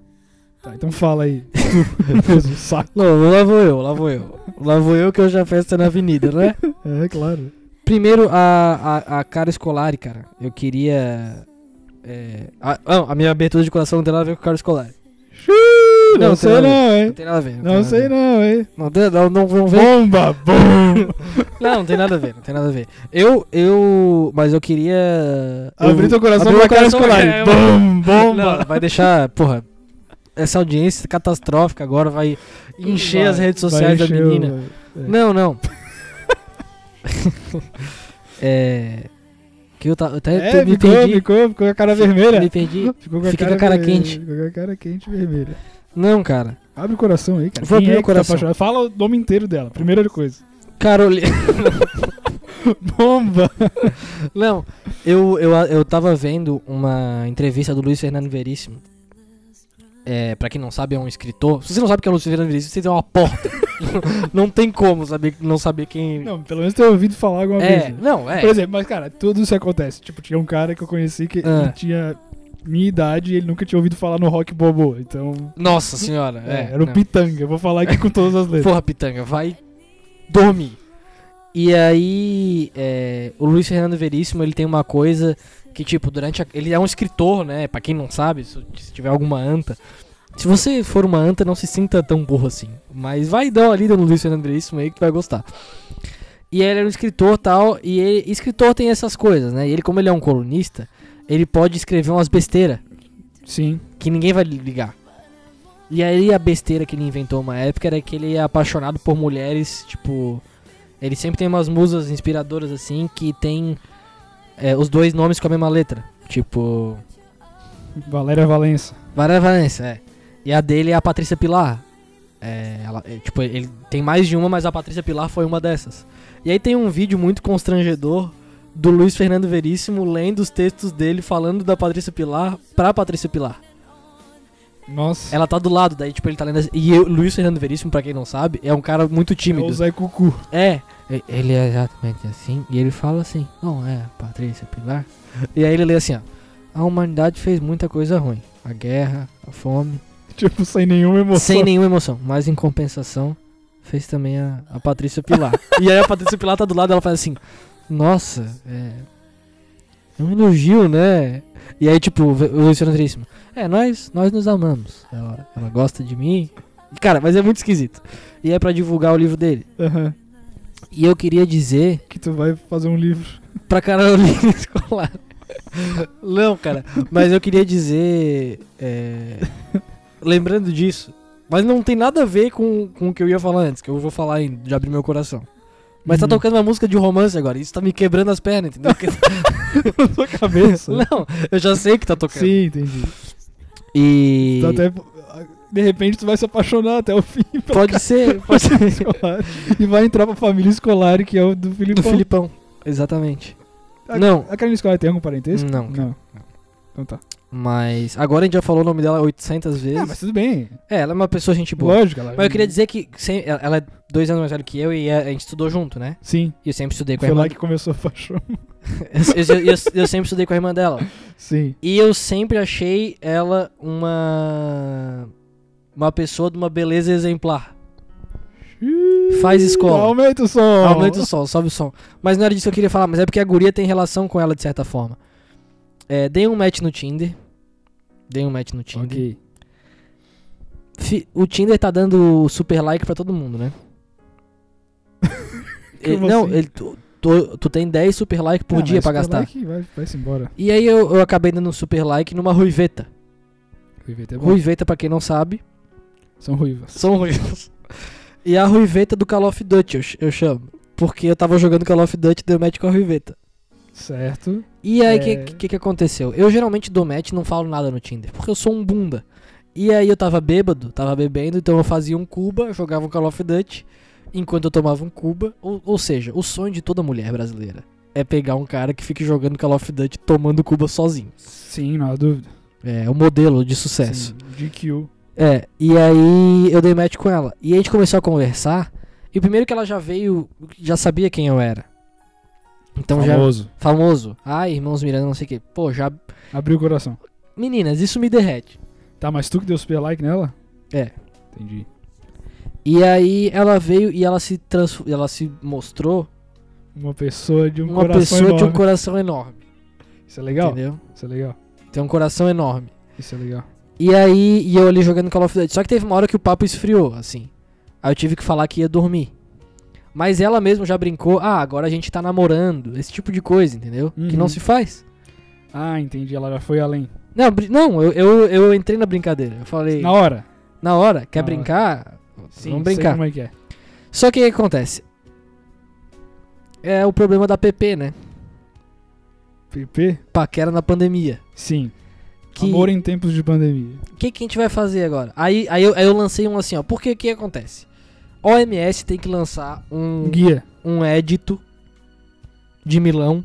Tá, então fala aí. Tu fez um saco.
Não, lá vou eu, lá vou eu. Lá vou eu que hoje a festa é na avenida, né?
É, claro.
Primeiro, a, a, a cara escolar, cara. Eu queria. É, a, não, a minha abertura de coração não tem nada a ver com o cara escolar.
Não,
tem
sei
nada a ver,
não,
Não
hein?
tem nada a ver.
Não sei não, hein?
Não, tem- não, não, não vem
Bomba, bomba!
Não, não tem nada a ver, não tem nada a ver. Eu, eu. Mas eu queria.
Abri
eu-
teu coração
abrir
pra
meu
cara
coração,
escolar.
é, eu-
Bom,
Não,
bomba!
vai deixar, porra. Essa audiência catastrófica agora vai encher as redes sociais da menina. Não, não. é. Que eu, tá, eu até
É,
me
ficou,
perdi.
ficou, ficou com a cara vermelha.
Me perdi.
Ficou com a
Fica com
cara,
a cara
vermelha,
quente.
Ficou com a cara quente vermelha.
Não, cara.
Abre o coração aí, cara.
Vou
Quem
abrir
é
o
que tá
coração.
apaixonado? Fala o nome inteiro dela, primeira coisa.
Carolina.
Bomba!
Não, eu, eu, eu tava vendo uma entrevista do Luiz Fernando Veríssimo. É, pra quem não sabe, é um escritor. Se você não sabe quem é o Luiz Fernando Veríssimo, você é uma porta. não tem como saber, não saber quem.
Não, pelo menos ter ouvido falar alguma
é,
coisa.
não, é.
Por exemplo, mas cara, tudo isso acontece. Tipo, tinha um cara que eu conheci que
Ah.
ele tinha minha idade e ele nunca tinha ouvido falar no rock bobo. Então,
Nossa senhora.
é,
É,
era o
não.
pitanga. Eu vou falar aqui com todas as letras.
Porra, Pitanga, vai dormir. E aí, é, o Luiz Fernando Veríssimo, ele tem uma coisa que, tipo, durante a, Ele é um escritor, né? Pra quem não sabe, se, se tiver alguma anta. Se você for uma anta, não se sinta tão burro assim. Mas vai dar uma lida no Luiz Fernando Veríssimo aí que tu vai gostar. E ele é um escritor tal, e ele, escritor tem essas coisas, né? E ele, como ele é um colunista, ele pode escrever umas besteiras
Sim.
que ninguém vai ligar. E aí a besteira que ele inventou uma época era que ele é apaixonado por mulheres, tipo. Ele sempre tem umas musas inspiradoras assim que tem é, os dois nomes com a mesma letra. Tipo.
Valéria Valença.
Valéria Valença, é. E a dele é a Patrícia Pilar. É, ela- é, tipo, ele tem mais de uma, mas a Patrícia Pilar foi uma dessas. E aí tem um vídeo muito constrangedor do Luiz Fernando Veríssimo lendo os textos dele falando da Patrícia Pilar pra Patrícia Pilar.
Nossa.
Ela tá do lado, daí, tipo, ele tá lendo. as- E eu- Luiz Fernando Veríssimo, pra quem não sabe, é um cara muito
É o
tímido.
Zé Cucu.
É. E- Ele é exatamente assim. E ele fala assim: Não, é, Patrícia Pilar. E aí ele lê assim: ó, A humanidade fez muita coisa ruim. A guerra, a fome.
Tipo, sem nenhuma emoção.
Sem nenhuma emoção. Mas em compensação, fez também a, a Patrícia Pilar. e aí a Patrícia Pilar tá do lado, ela faz assim: Nossa, é. É um elogio, né? E aí, tipo, o Luciano Veríssimo. É, nós, nós nos amamos. Ela, ela gosta de mim. E, Cara, mas é muito esquisito. E é pra divulgar o livro dele.
Aham.
E eu queria dizer
Que tu vai fazer um livro.
pra Carolina Escolar. Não, cara, mas eu queria dizer. é, lembrando disso. Mas não tem nada a ver com, com o que eu ia falar antes, que eu vou falar ainda, de abrir meu coração. Mas tá
Uhum. Tá.
tocando uma música de romance agora, isso tá me quebrando as pernas, entendeu? Porque-
na tua cabeça.
não, eu já sei que tá tocando.
Sim, entendi.
E.
Tu até, de repente tu vai se apaixonar até o fim pela
Pode ser, pode ser.
família escolar. e vai entrar pra família escolar, que é o do Filipão.
Do Filipão. Exatamente.
A,
Não. Hum,
A Karina Escolar tem algum parentesco?
Não, cara, não.
Então tá.
Mas. Agora a gente já falou o nome dela 800 vezes.
Ah, mas tudo bem.
É, ela é uma pessoa gente boa.
Lógico. Ela...
Mas eu queria dizer que sem- ela ela é dois anos mais velha que eu e a, a gente estudou junto, né?
Sim.
E eu sempre estudei com a
Foi
irmã.
lá que começou a paixão.
Eu, eu- eu- eu sempre estudei com a irmã dela.
Sim.
E eu sempre achei ela uma. Uma pessoa de uma beleza exemplar. Faz escola.
Aumenta o som.
Aumenta o som, sobe o som. Mas não era disso que eu queria falar, mas é porque a guria tem relação com ela de certa forma. É, dei um match no Tinder. Dei um match no Tinder.
Ok.
Fi- O Tinder tá dando super like pra todo mundo, né? Ele-
Como
não,
assim?
ele- tu, tu- tu tem 10 super like por
Ah,
dia
mas
pra
vai
gastar.
lá que Vai, vai se embora.
E aí eu, eu acabei dando um super like numa ruiveta.
Ruiveta é bom.
Ruiveta, pra quem não sabe,
São ruivas.
são ruivas. E a ruiveta do Call of Duty, eu, ch- eu chamo. Porque eu tava jogando Call of Duty e deu match com a ruiveta.
Certo.
E aí, o
É.
que, que que aconteceu? Eu geralmente dou match e não falo nada no Tinder, porque eu sou um bunda. E aí eu tava bêbado, tava bebendo, então eu fazia um cuba, eu jogava um Call of Duty, enquanto eu tomava um cuba. Ou, ou seja, o sonho de toda mulher brasileira é pegar um cara que fique jogando Call of Duty tomando cuba sozinho.
Sim, não há dúvida.
É o modelo de sucesso.
Sim. GQ.
É, e aí eu dei match com ela. E a gente começou a conversar. E o primeiro que ela já veio, já sabia quem eu era. Então já.
Famoso.
Famoso. Ah, irmãos Miranda, não sei o quê. Pô, já.
Abriu o coração.
Meninas, isso me derrete.
Tá, mas tu que deu super like nela?
É.
Entendi.
E aí ela veio e ela se transfo- ela se mostrou
Uma pessoa de um
uma
coração
pessoa de um
enorme.
coração enorme,
Isso é legal?
entendeu?
Isso é legal.
Tem um coração enorme.
Isso é legal.
E aí, e eu ali jogando Call of Duty. Só que teve uma hora que o papo esfriou, assim. Aí eu tive que falar que ia dormir. Mas ela mesma já brincou, ah, agora a gente tá namorando, esse tipo de coisa, entendeu? Que
Uhum.
não se faz.
Ah, entendi. Ela já foi além.
Não, bri- não eu, eu, eu entrei na brincadeira. Eu falei,
Na
na,
hora.
hora, quer
na hora.
brincar? Vamos
sei
brincar.
como é que é.
Só que o que acontece? É o problema da PP, né?
PP?
Paquera na pandemia.
Sim.
Que-
Amor em tempos de pandemia.
O que, que a gente vai fazer agora? Aí, aí, eu, aí eu lancei um assim, ó. Porque o que acontece? OMS tem que lançar um,
Um guia.
um édito de Milão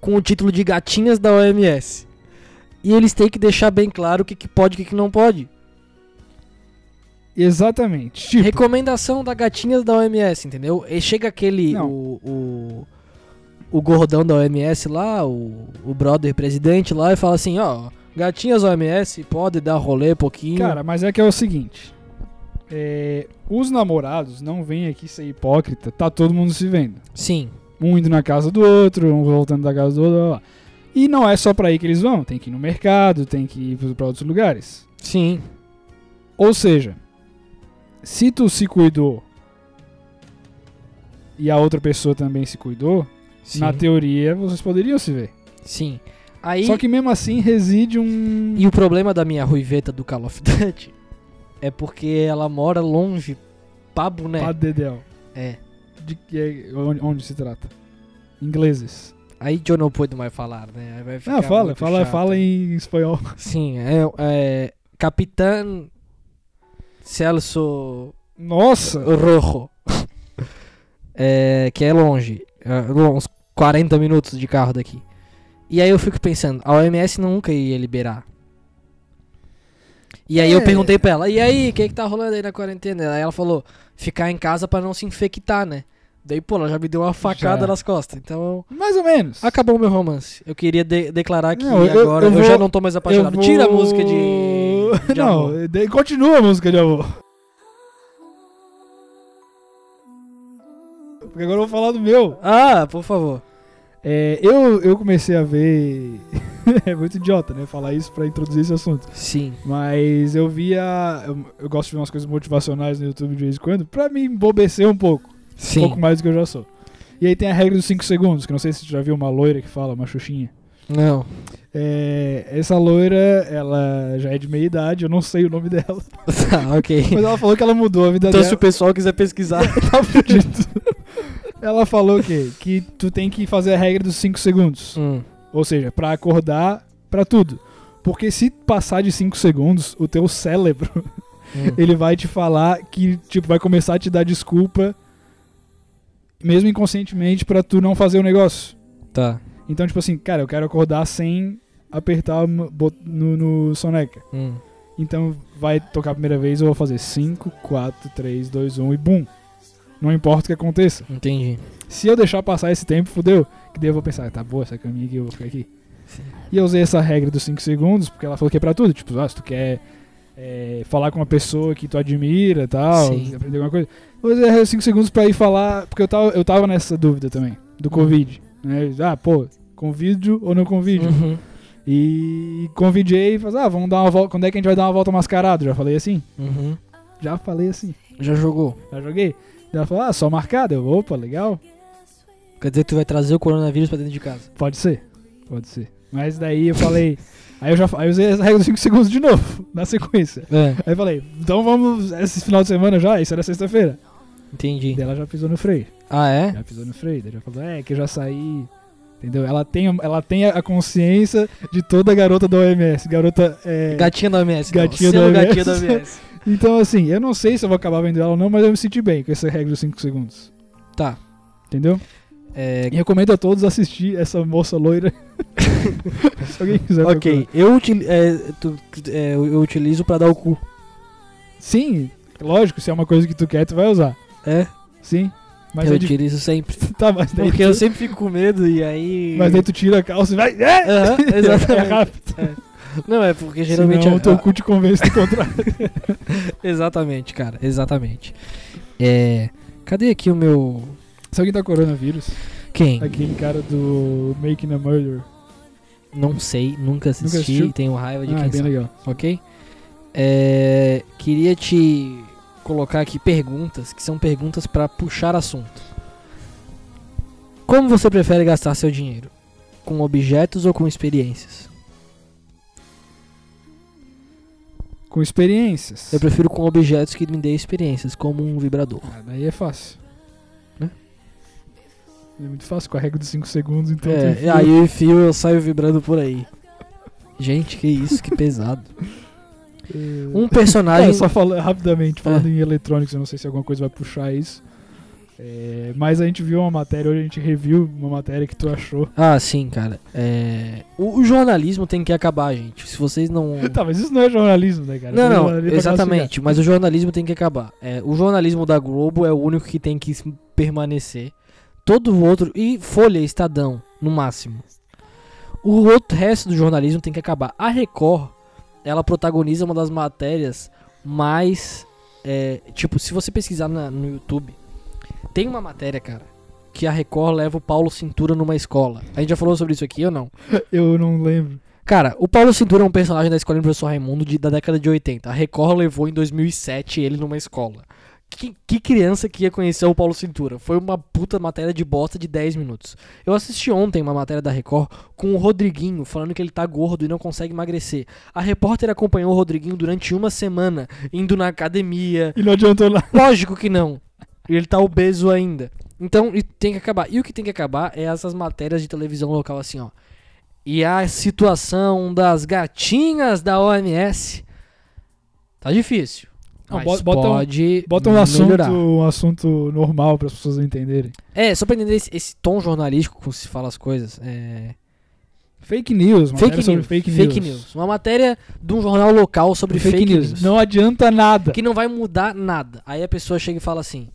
com o título de Gatinhas da OMS. E eles têm que deixar bem claro o que, que pode e o que, que não pode.
Exatamente. Tipo,
Recomendação da Gatinhas da OMS, entendeu? E chega aquele.
Não.
O, o, o gordão da OMS lá, o, o brother presidente lá, e fala assim: ó, Gatinhas OMS pode dar rolê um pouquinho.
cara, mas é que é o seguinte. É, os namorados não vêm aqui ser hipócrita. Tá todo mundo se vendo.
Sim.
Um indo na casa do outro, um voltando da casa do outro. blá, blá, blá. E não é só pra aí que eles vão. Tem que ir no mercado, tem que ir pra outros lugares.
Sim.
Ou seja, se tu se cuidou e a outra pessoa também se cuidou,
Sim.
na teoria vocês poderiam se ver.
Sim. Aí,
Só que mesmo assim reside um.
E o problema da minha ruiveta do Call of Duty é porque ela mora longe pra boné.
Pá dedéu.
né? É.
De que é- onde, onde se trata? Ingleses.
Aí eu não puedo mais falar, né? Aí vai ficar
ah, fala,
muito
fala,
chato.
fala em espanhol.
Sim, é, é Capitão Celso
Nossa!
Rojo. É, que é longe, é, lo- uns 40 minutos de carro daqui. E aí eu fico pensando, a OMS nunca ia liberar. E aí eu
É.
perguntei pra ela, e aí, o que que tá rolando aí na quarentena? Aí ela falou, ficar em casa pra não se infectar, né? Daí, pô, ela já me deu uma facada
Já.
nas costas. Então,
Mais ou menos.
acabou o meu romance. Eu queria de- declarar que
Não, eu-
agora eu,
eu vou-
já não tô mais
Eu
apaixonado. Tira a
vou-
música de. de amor.
não, de- continua a música de amor. Porque agora eu vou falar do meu.
Ah, por favor.
É, eu, eu comecei a ver. é muito idiota, né? Falar isso pra introduzir esse assunto.
Sim.
Mas eu via. Eu, eu gosto de ver umas coisas motivacionais no YouTube de vez em quando, pra me embobecer um pouco.
Sim.
Um pouco mais do que eu já sou. E aí tem a regra dos 5 segundos, que eu não sei se você já viu uma loira que fala, uma xuxinha.
Não.
É, essa loira, ela já é de meia idade, eu não sei o nome dela.
tá, ok.
Mas ela falou que ela mudou a vida
Então, se o
dela.
pessoal quiser pesquisar,
Tá fudido. ela falou o quê? Que tu tem que fazer a regra dos 5 segundos.
Hum,
Ou seja, pra acordar pra tudo. Porque se passar de 5 segundos, o teu cérebro,
hum.
ele vai te falar que, tipo, vai começar a te dar desculpa mesmo inconscientemente pra tu não fazer o negócio.
tá.
Então, tipo assim, cara, eu quero acordar sem apertar o mo- bot- no, no soneca.
Hum,
Então, vai tocar a primeira vez, eu vou fazer 5, 4, 3, 2, 1 e bum. Não importa o que aconteça.
entendi.
Se eu deixar passar esse tempo, fudeu. Que daí eu vou pensar, tá boa essa caminha aqui, eu vou ficar aqui.
Sim.
E eu usei essa regra dos 5 segundos, porque ela falou que é pra tudo. Tipo, ah, se tu quer é, falar com uma pessoa que tu admira e tal,
Sim.
aprender alguma coisa. Eu usei a regra dos 5 segundos pra ir falar, porque eu tava, eu tava nessa dúvida também, do
Uhum.
Covid. Né? Ah, pô, convido ou não convido?
Uhum.
E convidei e falei, ah, vamos dar uma volta. Quando é que a gente vai dar uma volta mascarado? Já falei assim?
Uhum.
Já falei assim.
Já jogou.
Já joguei. Daí Ela falou, ah, só marcado. Eu, opa, legal.
Quer dizer que tu vai trazer o coronavírus pra dentro de casa.
Pode ser, pode ser. Mas daí eu falei. aí eu já aí eu usei a regra dos 5 segundos de novo, na sequência.
É,
Aí eu falei, então vamos. Esse final de semana já? Isso era sexta-feira.
entendi.
Daí ela já pisou no freio.
Ah, é?
Já pisou no freio. Daí já falou, é, que eu já saí. Entendeu? Ela tem, ela tem a consciência de toda garota da OMS. Garota. É...
Gatinha da OMS.
Gatinha
não.
da
então. Selo
OMS.
gatinha da OMS.
Então, assim, eu não sei se eu vou acabar vendo ela ou não, mas eu me senti bem com essa regra dos 5 segundos.
Tá.
Entendeu?
É,
E recomendo a todos assistir essa moça loira. se alguém quiser. procurar.
ok, eu, util- é, tu- é, eu eu utilizo pra dar o cu.
Sim, lógico, se é uma coisa que tu quer, tu vai usar.
É?
Sim. Mas
eu
é difícil.
utilizo sempre.
Tá, mas daí,
Porque
tu,
eu sempre fico com medo e aí.
mas daí tu tira a calça e vai. É!
Aham,
É
exatamente.
rápido.
É. Não, é porque geralmente.
Geralmente
a-
o teu cu te convence do contrário.
Exatamente, cara, exatamente. É. Cadê aqui o meu.
Sabe quem tá coronavírus?
Quem?
Aquele cara do Making a Murder.
Não sei, nunca assisti,
assistiu?
tenho raiva de
Ah, é
quem
bem
sabe,
legal.
ok? É, queria te colocar aqui perguntas, que são perguntas pra puxar assunto. Como você prefere gastar seu dinheiro? Com objetos ou com experiências?
Com experiências.
Eu prefiro com objetos que me dê experiências, como um vibrador.
Ah, daí é fácil.
Né?
É muito fácil, com a regra dos 5 segundos, então. tu
É,
enfia.
aí eu enfio, eu saio vibrando por aí. Gente, que isso, que pesado.
É.
Um É.
Cara,
personagem.
só fala, é, rapidamente, falando em eletrônicos, eu não sei se alguma coisa vai puxar isso. É, mas a gente viu uma matéria, hoje a gente reviu uma matéria que tu achou.
Ah, sim, cara. É, O, o jornalismo tem que acabar, gente. Se vocês não.
Tá, mas isso não é jornalismo, né, cara?
Não,
Isso é
não,
jornalismo pra
exatamente. Mas o jornalismo tem que acabar. É, o jornalismo da Globo é o único que tem que s- permanecer. Todo o outro. E Folha, Estadão, no máximo. O outro resto do jornalismo tem que acabar. A Record, ela protagoniza uma das matérias mais. é, tipo, se você pesquisar na- no YouTube, tem uma matéria, cara, que a Record leva o Paulo Cintura numa escola. A gente já falou sobre isso aqui ou não?
classificar. Eu não lembro.
Cara, o Paulo Cintura é um personagem da escola do professor Raimundo de- da década de 80. A Record levou em 2007 ele numa escola. Que, que criança que ia conhecer o Paulo Cintura? Foi uma puta matéria de bosta de 10 minutos. Eu assisti ontem uma matéria da Record com o Rodriguinho falando que ele tá gordo e não consegue emagrecer. A repórter acompanhou o Rodriguinho durante uma semana, indo na academia,
E não adiantou nada.
Lógico que não. Ele tá obeso ainda. Então, e tem que acabar. E o que tem que acabar é essas matérias de televisão local assim, ó. E a situação das gatinhas da OMS tá difícil.
Não,
Mas
bo- bota um-
pode
Bota um assunto,
melhorar.
um assunto normal para as pessoas entenderem.
É, só pra entender esse, esse tom jornalístico como se fala as coisas. É...
Fake news, matéria
Fake,
sobre
news,
fake news.
Uma matéria de um jornal local sobre fake, news.
Não adianta nada.
que não vai mudar nada. Aí a pessoa chega e fala assim: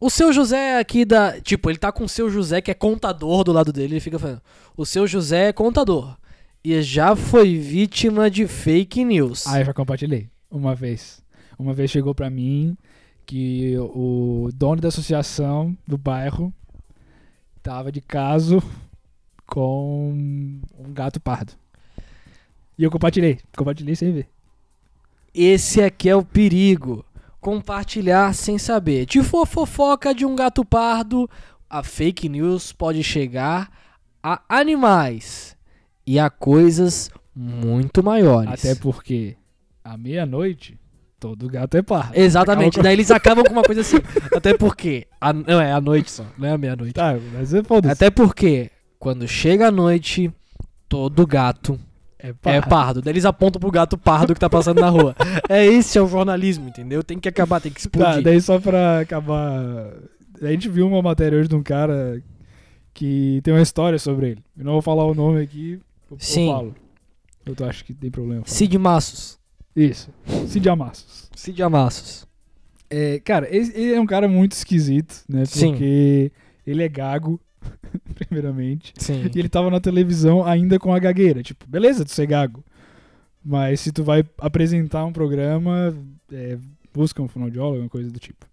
O seu José aqui da. Tipo, ele tá com o seu José que é contador do lado dele. Ele fica falando: O seu José é contador. E já foi vítima de fake news.
Ah, eu já compartilhei. Uma vez. Uma vez chegou pra mim que o dono da associação do bairro tava de caso com um gato pardo. E eu compartilhei. Compartilhei sem ver.
Esse aqui é o perigo. Compartilhar sem saber. De for fofoca de um gato pardo, a fake news pode chegar a animais e a coisas muito maiores.
Até porque à meia-noite todo gato é pardo.
Exatamente,
Acabam
daí eles acabam com uma coisa assim. Até porque. A, não, é à noite só, não é à meia-noite.
Tá, mas é foda-se.
Até porque, quando chega a noite, todo gato
É
é pardo. Daí eles apontam pro gato pardo que tá passando na rua. É esse é o jornalismo, entendeu? Tem que acabar, tem que
Tá,
explodir.
daí só pra acabar. A gente viu uma matéria hoje de um cara que tem uma história sobre ele. Eu não vou falar o nome aqui, eu, eu
Sim.
falo. Eu tô- acho que tem problema. falar.
Cid Massos.
Isso. Cid Amassos.
Cid Amassos.
É, cara, esse- ele é um cara muito esquisito, né?
Sim.
Porque ele é gago, primeiramente.
Sim.
E ele tava na televisão ainda com a gagueira. Tipo, beleza, tu ser gago. Mas se tu vai apresentar um programa, é, busca um fonoaudiólogo, alguma coisa do tipo.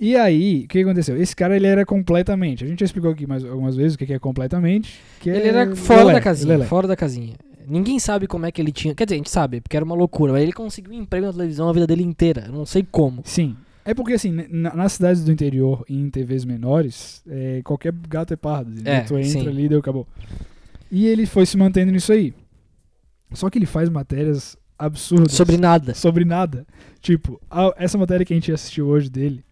E aí, o que aconteceu? Esse cara, ele era completamente... A gente já explicou aqui mais, algumas vezes o que que é completamente. que
Ele
é
era fora
lelé,
da casinha.
lelé.
Fora da casinha. Ninguém sabe como é que ele tinha. Quer dizer, a gente sabe, porque era uma loucura. Mas ele conseguiu um emprego na televisão a vida dele inteira. Eu não sei como.
Sim. É porque, assim, na- nas cidades do interior e em TVs menores, é, qualquer gato é pardo. né?
É,
tu entra
sim.
ali e deu, acabou. E ele foi se mantendo nisso aí. Só que ele faz matérias absurdas.
Sobre nada.
sobre nada. Tipo, a- essa matéria que a gente assistiu hoje dele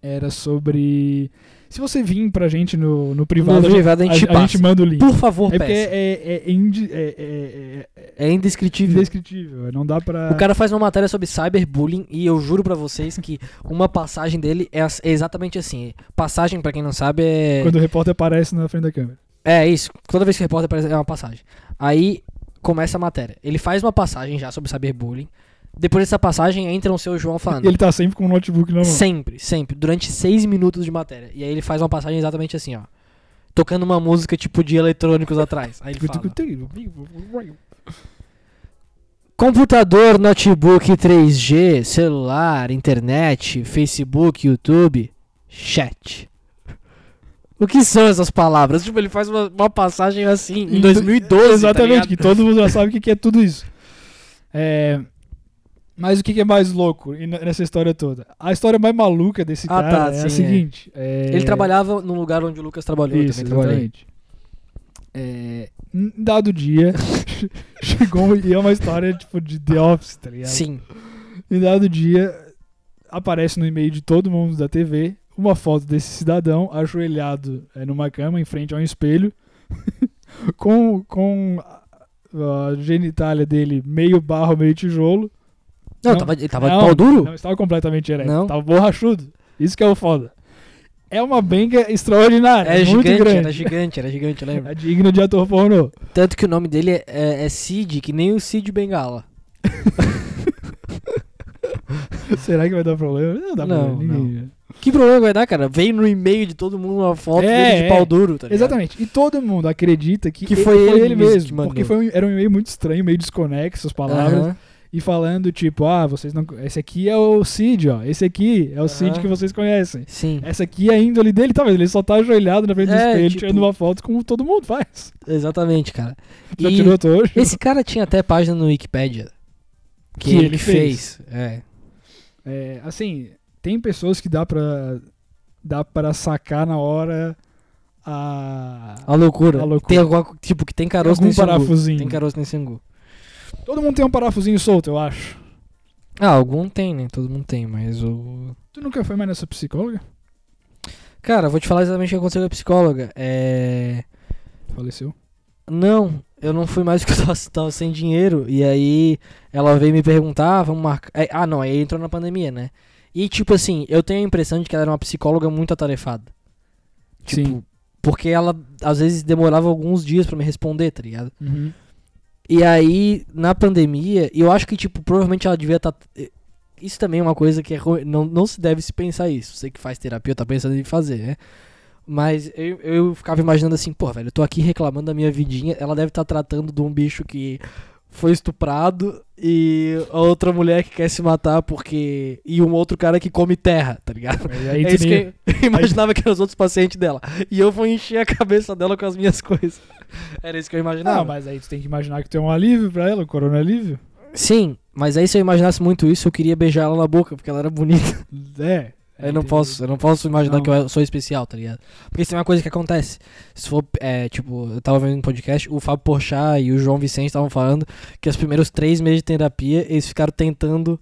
era sobre. Se você vir pra gente no, no
No
privado, a gente-
privado a gente
a, a gente
passa.
manda o link.
Por favor,
É porque
peça.
é, é, é indi- é- é- é- é
É indescritível.
indescritível. Não dá pra.
O cara faz uma matéria sobre cyberbullying e eu juro pra vocês que uma passagem dele é as- é exatamente assim. Passagem, pra quem não sabe, é.
Quando o repórter aparece na frente da câmera.
É isso. Toda vez que o repórter aparece, é uma passagem. Aí começa a matéria. Ele faz uma passagem já sobre cyberbullying. Depois dessa passagem entra o seu João falando.
E ele tá sempre com o notebook na mão.
Sempre, sempre. Durante seis minutos de matéria. E aí ele faz uma passagem exatamente assim, ó. tocando uma música tipo de eletrônicos atrás.
Tipo,
Aí ele fala. Computador, notebook 3G, celular, internet, Facebook, YouTube, chat. O que são essas palavras? Tipo, ele faz uma, uma passagem assim em 2012. tá
Então, Exatamente,
ligado?
que todo mundo já sabe o que que é tudo isso. É, Mas o que que é mais louco e n- nessa história toda? A história mais maluca desse
Ah, tá,
cara é
sim, é.
a seguinte. é-
Ele trabalhava num lugar onde o Lucas trabalhou. eu
Isso,
também então, tá trabalhei.
exatamente. É, um dado dia, chegou e é uma história tipo de The Office, tá ligado?
Sim.
Em dado dia, aparece no e-mail de todo mundo da TV uma foto desse cidadão ajoelhado eh, numa cama em frente a um espelho, com, com a a genitália dele meio barro, meio tijolo.
Não,
Não,
tava, ele tava
Não,
de pau duro?
Não, estava completamente ereto.
Não.
Estava borrachudo. Isso que é o foda. É uma benga extraordinária.
é
muito
gigante,
grande.
era gigante, era gigante, eu lembro.
É digno de ator pornô.
Tanto que o nome dele é, é, é Cid, que nem o Cid Bengala.
Será que vai dar problema? Não dá
Não,
problema. ninguém-
Que problema vai dar, cara? Veio no e-mail de todo mundo uma foto
É,
dele de
é.
pau duro, tá ligado?
Exatamente. E todo mundo acredita que,
Que
ele-
foi
foi,
ele
ele,
mesmo que
mesmo.
mandou.
porque foi um- era um e-mail muito estranho, meio desconexo as palavras.
Aham.
E falando, tipo, ah, vocês não. Esse aqui é o Cid, ó. Esse aqui é o Cid
Aham.
que vocês conhecem.
Sim,
Essa aqui é a índole dele, talvez. ele só tá ajoelhado na frente do
É,
espelho,
tipo-
tirando uma foto como todo mundo faz.
exatamente, cara.
Já
E
tirou até hoje.
esse cara tinha até página no Wikipedia. Que,
Que
ele,
ele
fez. É.
É, assim, tem pessoas que dá pra. dá pra sacar na hora a.
A loucura.
A loucura.
Tem alguma, co- tipo, que tem um caroço
Algum
nesse
parafusinho.
Tem caroço nesse angu.
Todo mundo tem um parafusinho solto, eu acho.
Ah, algum tem, né? Todo mundo tem, mas o...
Tu nunca foi mais nessa psicóloga?
Cara, eu vou te falar exatamente o que aconteceu com a psicóloga. É...
Faleceu.
Não, eu não fui mais porque eu tava, tava sem dinheiro. E aí ela veio me perguntar, "Ah, vamos marcar. é, ah, não, aí entrou na pandemia, né? E tipo assim, eu tenho a impressão de que ela era uma psicóloga muito atarefada. Tipo,
Sim.
porque ela às vezes demorava alguns dias pra me responder, tá ligado?
Uhum.
E aí, na pandemia, eu acho que, tipo, provavelmente ela devia estar. Isso também é uma coisa que é ruim. Não, não se deve se pensar isso. Você que faz terapia tá pensando em fazer, né? Mas eu, eu ficava imaginando assim, pô, velho, eu tô aqui reclamando da minha vidinha. Ela deve estar tratando de um bicho que foi estuprado e a outra mulher que quer se matar porque. E um outro cara que come terra, tá ligado?
Mas aí
é
tu
isso
nem-
que eu imaginava que eram os outros pacientes dela. E eu vou encher a cabeça dela com as minhas coisas. Era isso que eu imaginava.
Não, mas aí tu tem que imaginar que tu é um alívio pra ela, o corona alívio.
Sim, mas aí se eu imaginasse muito isso, eu queria beijar ela na boca, porque ela era bonita.
É.
Eu não posso, eu não posso imaginar
Não.
que eu sou especial, tá ligado? Porque isso é uma coisa que acontece. Se for, é, tipo, eu tava vendo um podcast, o Fábio Porchat e o João Vicente estavam falando que os primeiros três meses de terapia, eles ficaram tentando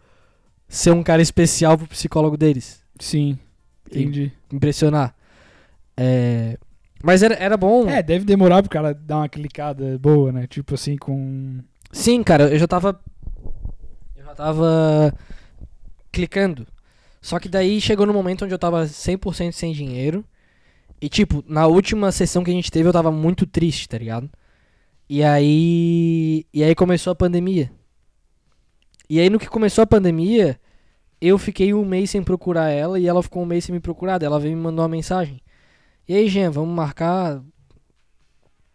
ser um cara especial pro psicólogo deles.
Sim, entendi.
Impressionar. É, Mas era, era bom.
É, deve demorar pro cara dar uma clicada boa, né? Tipo assim, com.
Sim, cara, eu já tava. Eu já tava. clicando. Só que daí chegou no momento onde eu tava 100% sem dinheiro. E, tipo, na última sessão que a gente teve, eu tava muito triste, tá ligado? E aí. E aí começou a pandemia. E aí, no que começou a pandemia, eu fiquei um mês sem procurar ela e ela ficou um mês sem me procurar. Daí Ela veio e me mandou uma mensagem. E aí, Jean, vamos marcar.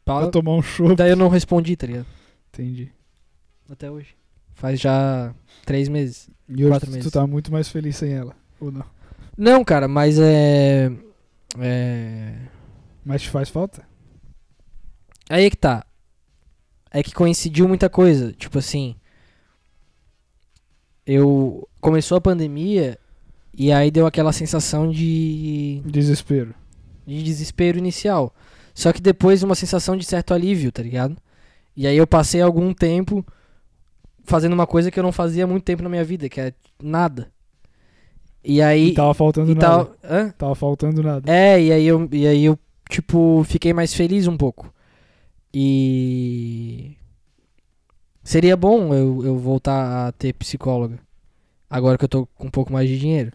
Pra
Pá-
tomar um show.
Daí eu não respondi, tá ligado?
Entendi.
Até hoje. Faz já três meses.
E hoje
Quatro
tu,
meses.
tu tá muito mais feliz sem ela. Ou não?
Não, cara, mas é. É.
Mas te faz falta?
Aí é que tá. É que coincidiu muita coisa. Tipo assim. Eu. Começou a pandemia. E aí deu aquela sensação de.
Desespero.
de desespero inicial. Só que depois uma sensação de certo alívio, tá ligado? E aí eu passei algum tempo fazendo uma coisa que eu não fazia há muito tempo na minha vida, que é nada. E aí.
E, tava faltando
e
nada.
tal. Hã?
Tava faltando nada.
É, e aí eu, e aí eu tipo, fiquei mais feliz um pouco. E. Seria bom eu, eu voltar a ter psicóloga. Agora que eu tô com um pouco mais de dinheiro.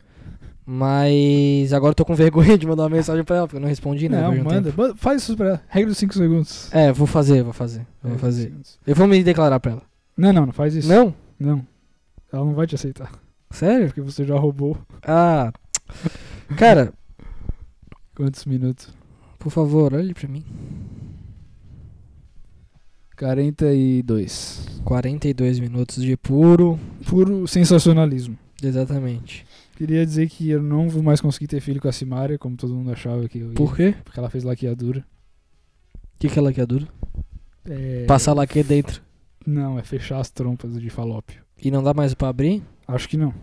Mas agora eu tô com vergonha de mandar uma mensagem pra ela, porque eu não respondi, né?
não,
depois de um
manda. Ba- Faz isso pra ela. Regra dos 5 segundos.
tempo. É, vou fazer, vou fazer. eu Vou
Regra dos
fazer.
cinco segundos.
Eu vou me declarar pra ela.
Não, não, não faz É, isso.
Não?
Não. Ela não vai te aceitar.
Sério?
Porque você já roubou
Ah. Cara,
quantos minutos?
Por favor, olhe pra mim.
42.
42 minutos de puro.
Puro sensacionalismo.
Exatamente.
Queria dizer que eu não vou mais conseguir ter filho com a Simária, como todo mundo achava que eu ia.
Por quê?
Porque ela fez laqueadura.
O que, que ela quer dura?
É...
Passar lá aqui dentro.
Não, é fechar as trompas de falópio.
E não dá mais pra abrir?
Acho que não.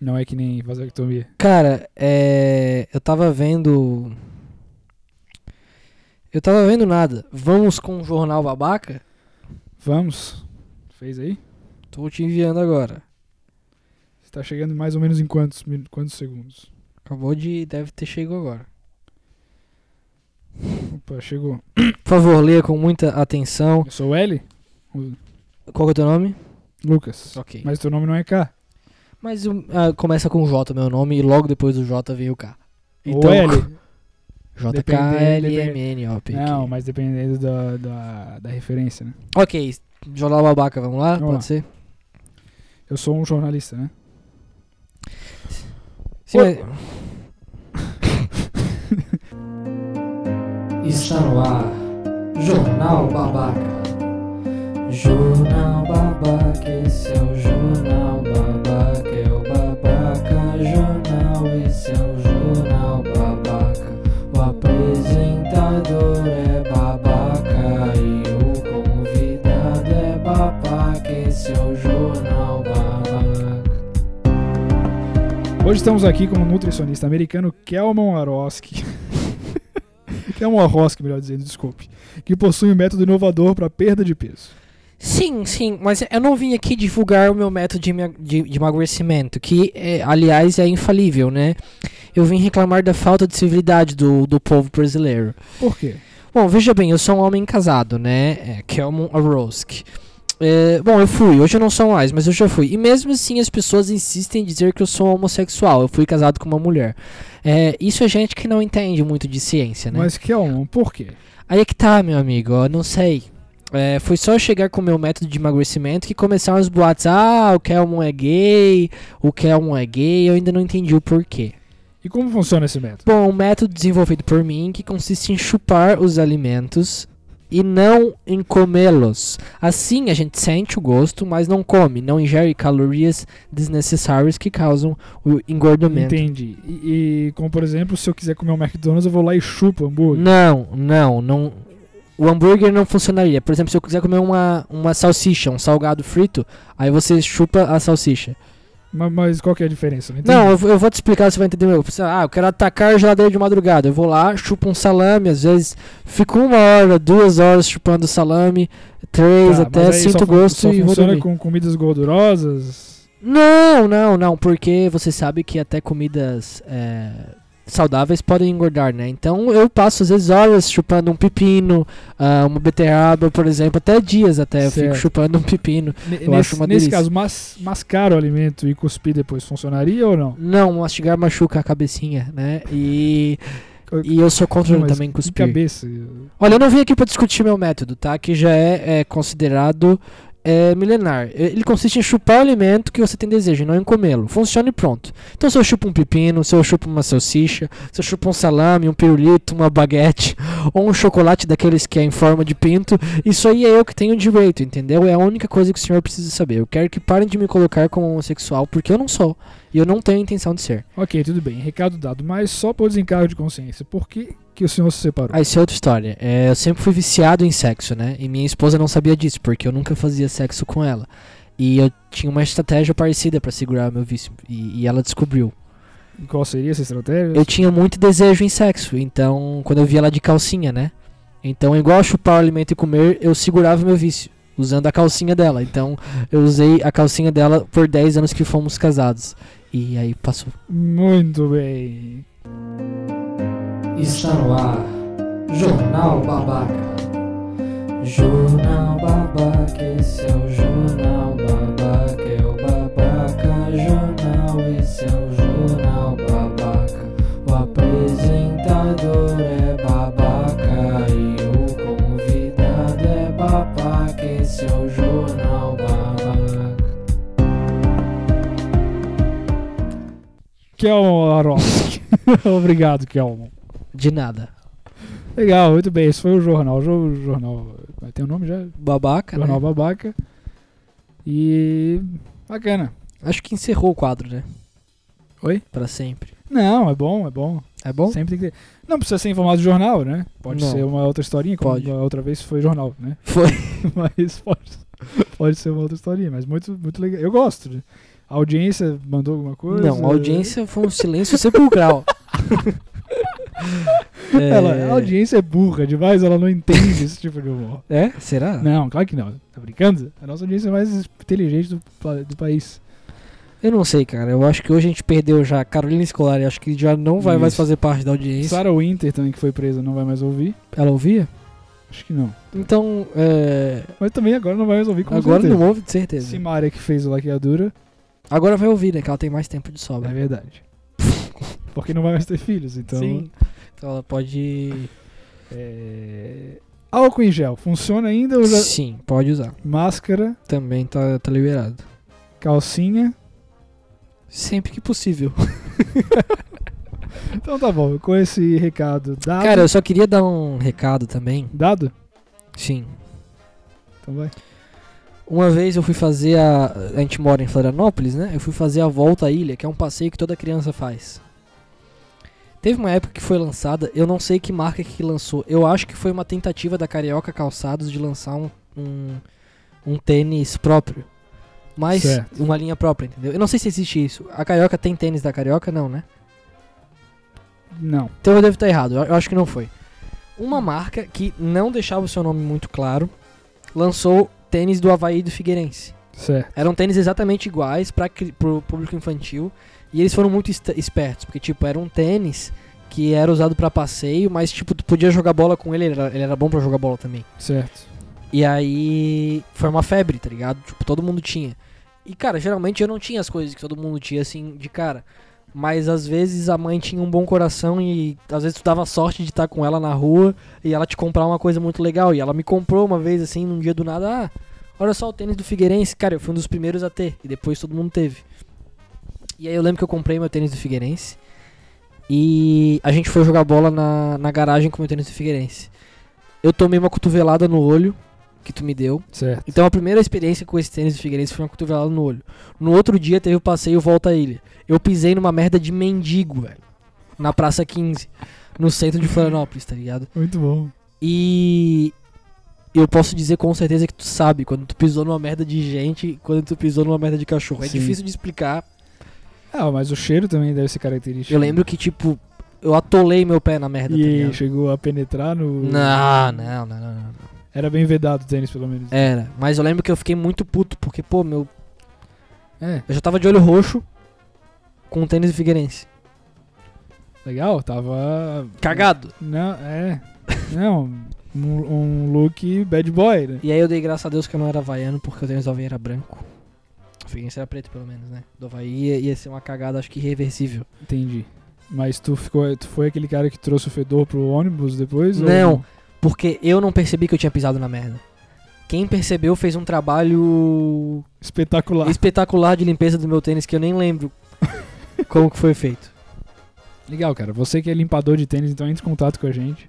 Não é que nem vasectomia.
Cara, é. Eu tava vendo. Eu tava vendo nada. Vamos com o jornal babaca?
Vamos. Fez aí?
Tô te enviando agora.
Você tá chegando mais ou menos em quantos, min- quantos segundos?
Acabou de. Deve ter chegado agora.
Opa, chegou.
Por favor, leia com muita atenção.
Eu sou o L? O
Qual que é o teu nome?
Lucas.
Ok.
Mas teu nome não é K.
Mas o- ah, começa com J, meu nome, e logo depois do J veio o K. Então,
Ou L.
JKLMNOP.
Não, mas dependendo da, da, da referência, né?
Ok, jornal babaca, vamos lá?
Vamos
Pode
lá.
ser?
Eu sou um jornalista, né?
Sim,
Oi.
mas-
Está no ar Jornal Babaca. Jornal Babaca, esse é o Jornal Babaca, é o Babaca Jornal, esse é o Jornal Babaca. O apresentador é babaca e o convidado é babaca, esse é o Jornal Babaca.
Hoje estamos aqui com o nutricionista americano Kelman Aroski. Kelman Aroski, melhor dizendo, desculpe. Que possui um método inovador para perda de peso.
Sim, sim, mas eu não vim aqui divulgar o meu método de, emag- de- de emagrecimento, que, é, aliás, é infalível, né? Eu vim reclamar da falta de civilidade do, do povo brasileiro.
Por quê?
Bom, veja bem, eu sou um homem casado, né? É, Kelmon Arosk. É, bom, eu fui, hoje eu não sou mais, mas eu já fui. E mesmo assim as pessoas insistem em dizer que eu sou homossexual, eu fui casado com uma mulher. É, isso é gente que não entende muito de ciência, né?
Mas Kelman, por quê?
Aí é que tá, meu amigo, eu não sei. É, foi só eu chegar com o meu método de emagrecimento que começaram os boatos. Ah, o Kelmon é gay, o Kelmon é gay, eu ainda não entendi o porquê.
E como funciona esse método?
Bom, um método desenvolvido por mim que consiste em chupar os alimentos e não em comê-los. Assim a gente sente o gosto, mas não come, não ingere calorias desnecessárias que causam o engordamento.
Entendi. E, e como por exemplo, se eu quiser comer um McDonald's, eu vou lá e chupo hambúrguer.
Não, não, não. O hambúrguer não funcionaria. Por exemplo, se eu quiser comer uma, uma salsicha, um salgado frito, aí você chupa a salsicha.
Ma- Mas, qual que é a diferença? Não, entendi.
Não, eu, vou- eu vou te explicar, você vai entender. melhor. Você- Ah, eu quero atacar a geladeira de madrugada. Eu vou lá, chupo um salame, às vezes fico uma hora, duas horas chupando salame, três
Tá, mas
até,
aí só
sinto
fun-
gosto
só
e vou
funciona
dormir.
com comidas gordurosas.
Não, não, não, porque você sabe que até comidas é, saudáveis podem engordar, né? Então eu passo às vezes horas chupando um pepino, ah, uma beterraba, por exemplo, até dias até eu fico
Certo.
chupando um pepino.
Ne-
Eu
nesse,
acho uma
nesse
delícia.
caso, mas, mascar o alimento e cuspir depois funcionaria ou não?
Não, mastigar machuca a cabecinha, né? E, e eu sou contra
Não, mas
também
Que
cuspir.
cabeça.
Olha, eu não vim aqui pra discutir meu método, tá? Que já é, é, considerado é, milenar. Ele consiste em chupar o alimento que você tem desejo, e não em comê-lo. Funciona e pronto. Então, se eu chupo um pepino, se eu chupo uma salsicha, se eu chupo um salame, um pirulito, uma baguete ou um chocolate daqueles que é em forma de pinto, isso aí é eu que tenho direito, entendeu? É a única coisa que o senhor precisa saber. Eu quero que parem de me colocar como homossexual, porque eu não sou. E eu não tenho intenção de ser.
Ok, tudo bem. Recado dado, mas só por desencargo de consciência. Por que, que o senhor se separou?
Ah, isso é outra história. É, eu sempre fui viciado em sexo, né? E minha esposa não sabia disso, porque eu nunca fazia sexo com ela. E eu tinha uma estratégia parecida pra segurar meu vício. E, e ela descobriu.
E Qual seria essa estratégia?
Eu tinha muito desejo em sexo, então quando eu via ela de calcinha, né? Então, igual a chupar o alimento e comer, eu segurava meu vício, usando a calcinha dela. Então, eu usei a calcinha dela por 10 anos que fomos casados. E aí passou.
Muito bem.
Está no ar Jornal Babaca. Jornal Babaca, esse é o Jornal Babaca, é o Babaca Jornal, esse é o Jornal Babaca. O apresentador é babaca e o convidado é babaca, esse é o Jornal Babaca.
Kelmon Aroski. Obrigado, Kelmon.
De nada.
Legal, muito bem. Esse foi o jornal. O jo- jornal. Tem o nome já?
Babaca, né?
jornal Babaca. E. Bacana.
Acho que encerrou o quadro, né?
Oi?
Pra sempre.
Não, é bom, é bom.
É bom?
Sempre tem que ter. Não precisa ser em formato de jornal, né? Pode
Não.
ser uma outra historinha, como
Pode.
a outra vez foi jornal, né?
Foi.
mas pode, pode ser uma outra historinha. Mas muito, muito legal. Eu gosto. de- A audiência mandou alguma coisa?
Não, a audiência foi um silêncio sepulcral. É,
Ela, a audiência é burra demais, ela não entende esse tipo de humor.
É? Será?
Não, claro que não. Tá brincando? A nossa audiência é mais inteligente do, pla- do país.
Eu não sei, cara. Eu acho que hoje a gente perdeu já a Carolina Escolar. Acho que já não vai mais
Isso.
fazer parte da audiência.
Sarah Winter também, que foi presa, não vai mais ouvir?
Ela ouvia?
Acho que não.
Então, é,
Mas também agora não vai mais ouvir, com
agora
certeza.
não ouve, de certeza.
Simária que fez o Laqueadura,
Agora vai ouvir, né? Que ela tem mais tempo de
é
sobra.
verdade. Porque não vai mais ter filhos, então...
Sim. Então ela pode.
É... Álcool em gel, funciona ainda? Ou já...
Sim, pode usar.
Máscara,
Também tá, tá liberado.
calcinha...
Sempre que possível.
Então tá bom, com esse recado dado...
Cara, eu só queria dar um recado também.
Dado?
Sim.
Então vai.
Uma vez eu fui fazer a. A gente mora em Florianópolis, né? Eu fui fazer a volta à ilha, que é um passeio que toda criança faz. Teve uma época que foi lançada, eu não sei que marca que lançou. Eu acho que foi uma tentativa da Carioca Calçados de lançar um, um, um tênis próprio. Mas
Certo.
uma linha própria, entendeu? Eu não sei se existe isso. A Carioca tem tênis da Carioca? Não, né?
Não.
Então eu devo estar errado, eu eu acho que não foi. Uma marca que não deixava o seu nome muito claro lançou tênis do Havaí e do Figueirense.
Certo.
Eram tênis exatamente iguais para pro público infantil e eles foram muito est- espertos, porque tipo, era um tênis que era usado pra passeio, mas tipo, tu podia jogar bola com ele, ele era, ele era bom pra jogar bola também.
Certo.
E aí foi uma febre, tá ligado? Tipo, todo mundo tinha. E cara, geralmente eu não tinha as coisas que todo mundo tinha assim de cara. Mas às vezes a mãe tinha um bom coração e às vezes tu dava sorte de estar com ela na rua e ela te comprar uma coisa muito legal. E ela me comprou uma vez assim, num dia do nada, ah, olha só o tênis do Figueirense, cara, eu fui um dos primeiros a ter e depois todo mundo teve. E aí eu lembro que eu comprei meu tênis do Figueirense e a gente foi jogar bola na, na garagem com meu tênis do Figueirense. Eu tomei uma cotovelada no olho que tu me deu.
Certo.
Então a primeira experiência com esse tênis do Figueirense foi uma cotovelada no olho. No outro dia teve o passeio Volta à Ilha. Eu pisei numa merda de mendigo, velho. Na Praça 15, no centro de Florianópolis, tá ligado?
Muito bom.
E eu posso dizer com certeza que tu sabe quando tu pisou numa merda de gente, quando tu pisou numa merda de cachorro. É
Sim.
difícil de explicar.
Ah, mas o cheiro também deve ser característico.
Eu lembro que, tipo, eu atolei meu pé na merda, tá
E
ligado?
chegou a penetrar no.
Não, É. não, não, não, não.
Era bem vedado o tênis, pelo menos.
Era. Mas eu lembro que eu fiquei muito puto, porque, pô, meu.
É.
Eu já tava de olho roxo com o tênis do Figueirense.
Legal, tava.
Cagado.
Não, é. Não, um, um look bad boy, né?
E aí eu dei graças a Deus que eu não era havaiano, porque o tênis do Havaí era branco. O Figueirense era preto, pelo menos, né? Do Havaí ia, ia ser uma cagada, acho que irreversível.
Entendi. Mas tu ficou. Tu foi aquele cara que trouxe o fedor pro ônibus depois? ou
Não. Porque eu não percebi que eu tinha pisado na merda. Quem percebeu fez um trabalho
Espetacular.
espetacular de limpeza do meu tênis que eu nem lembro como que foi feito.
Legal, cara. Você que é limpador de tênis, então entre em contato com a gente.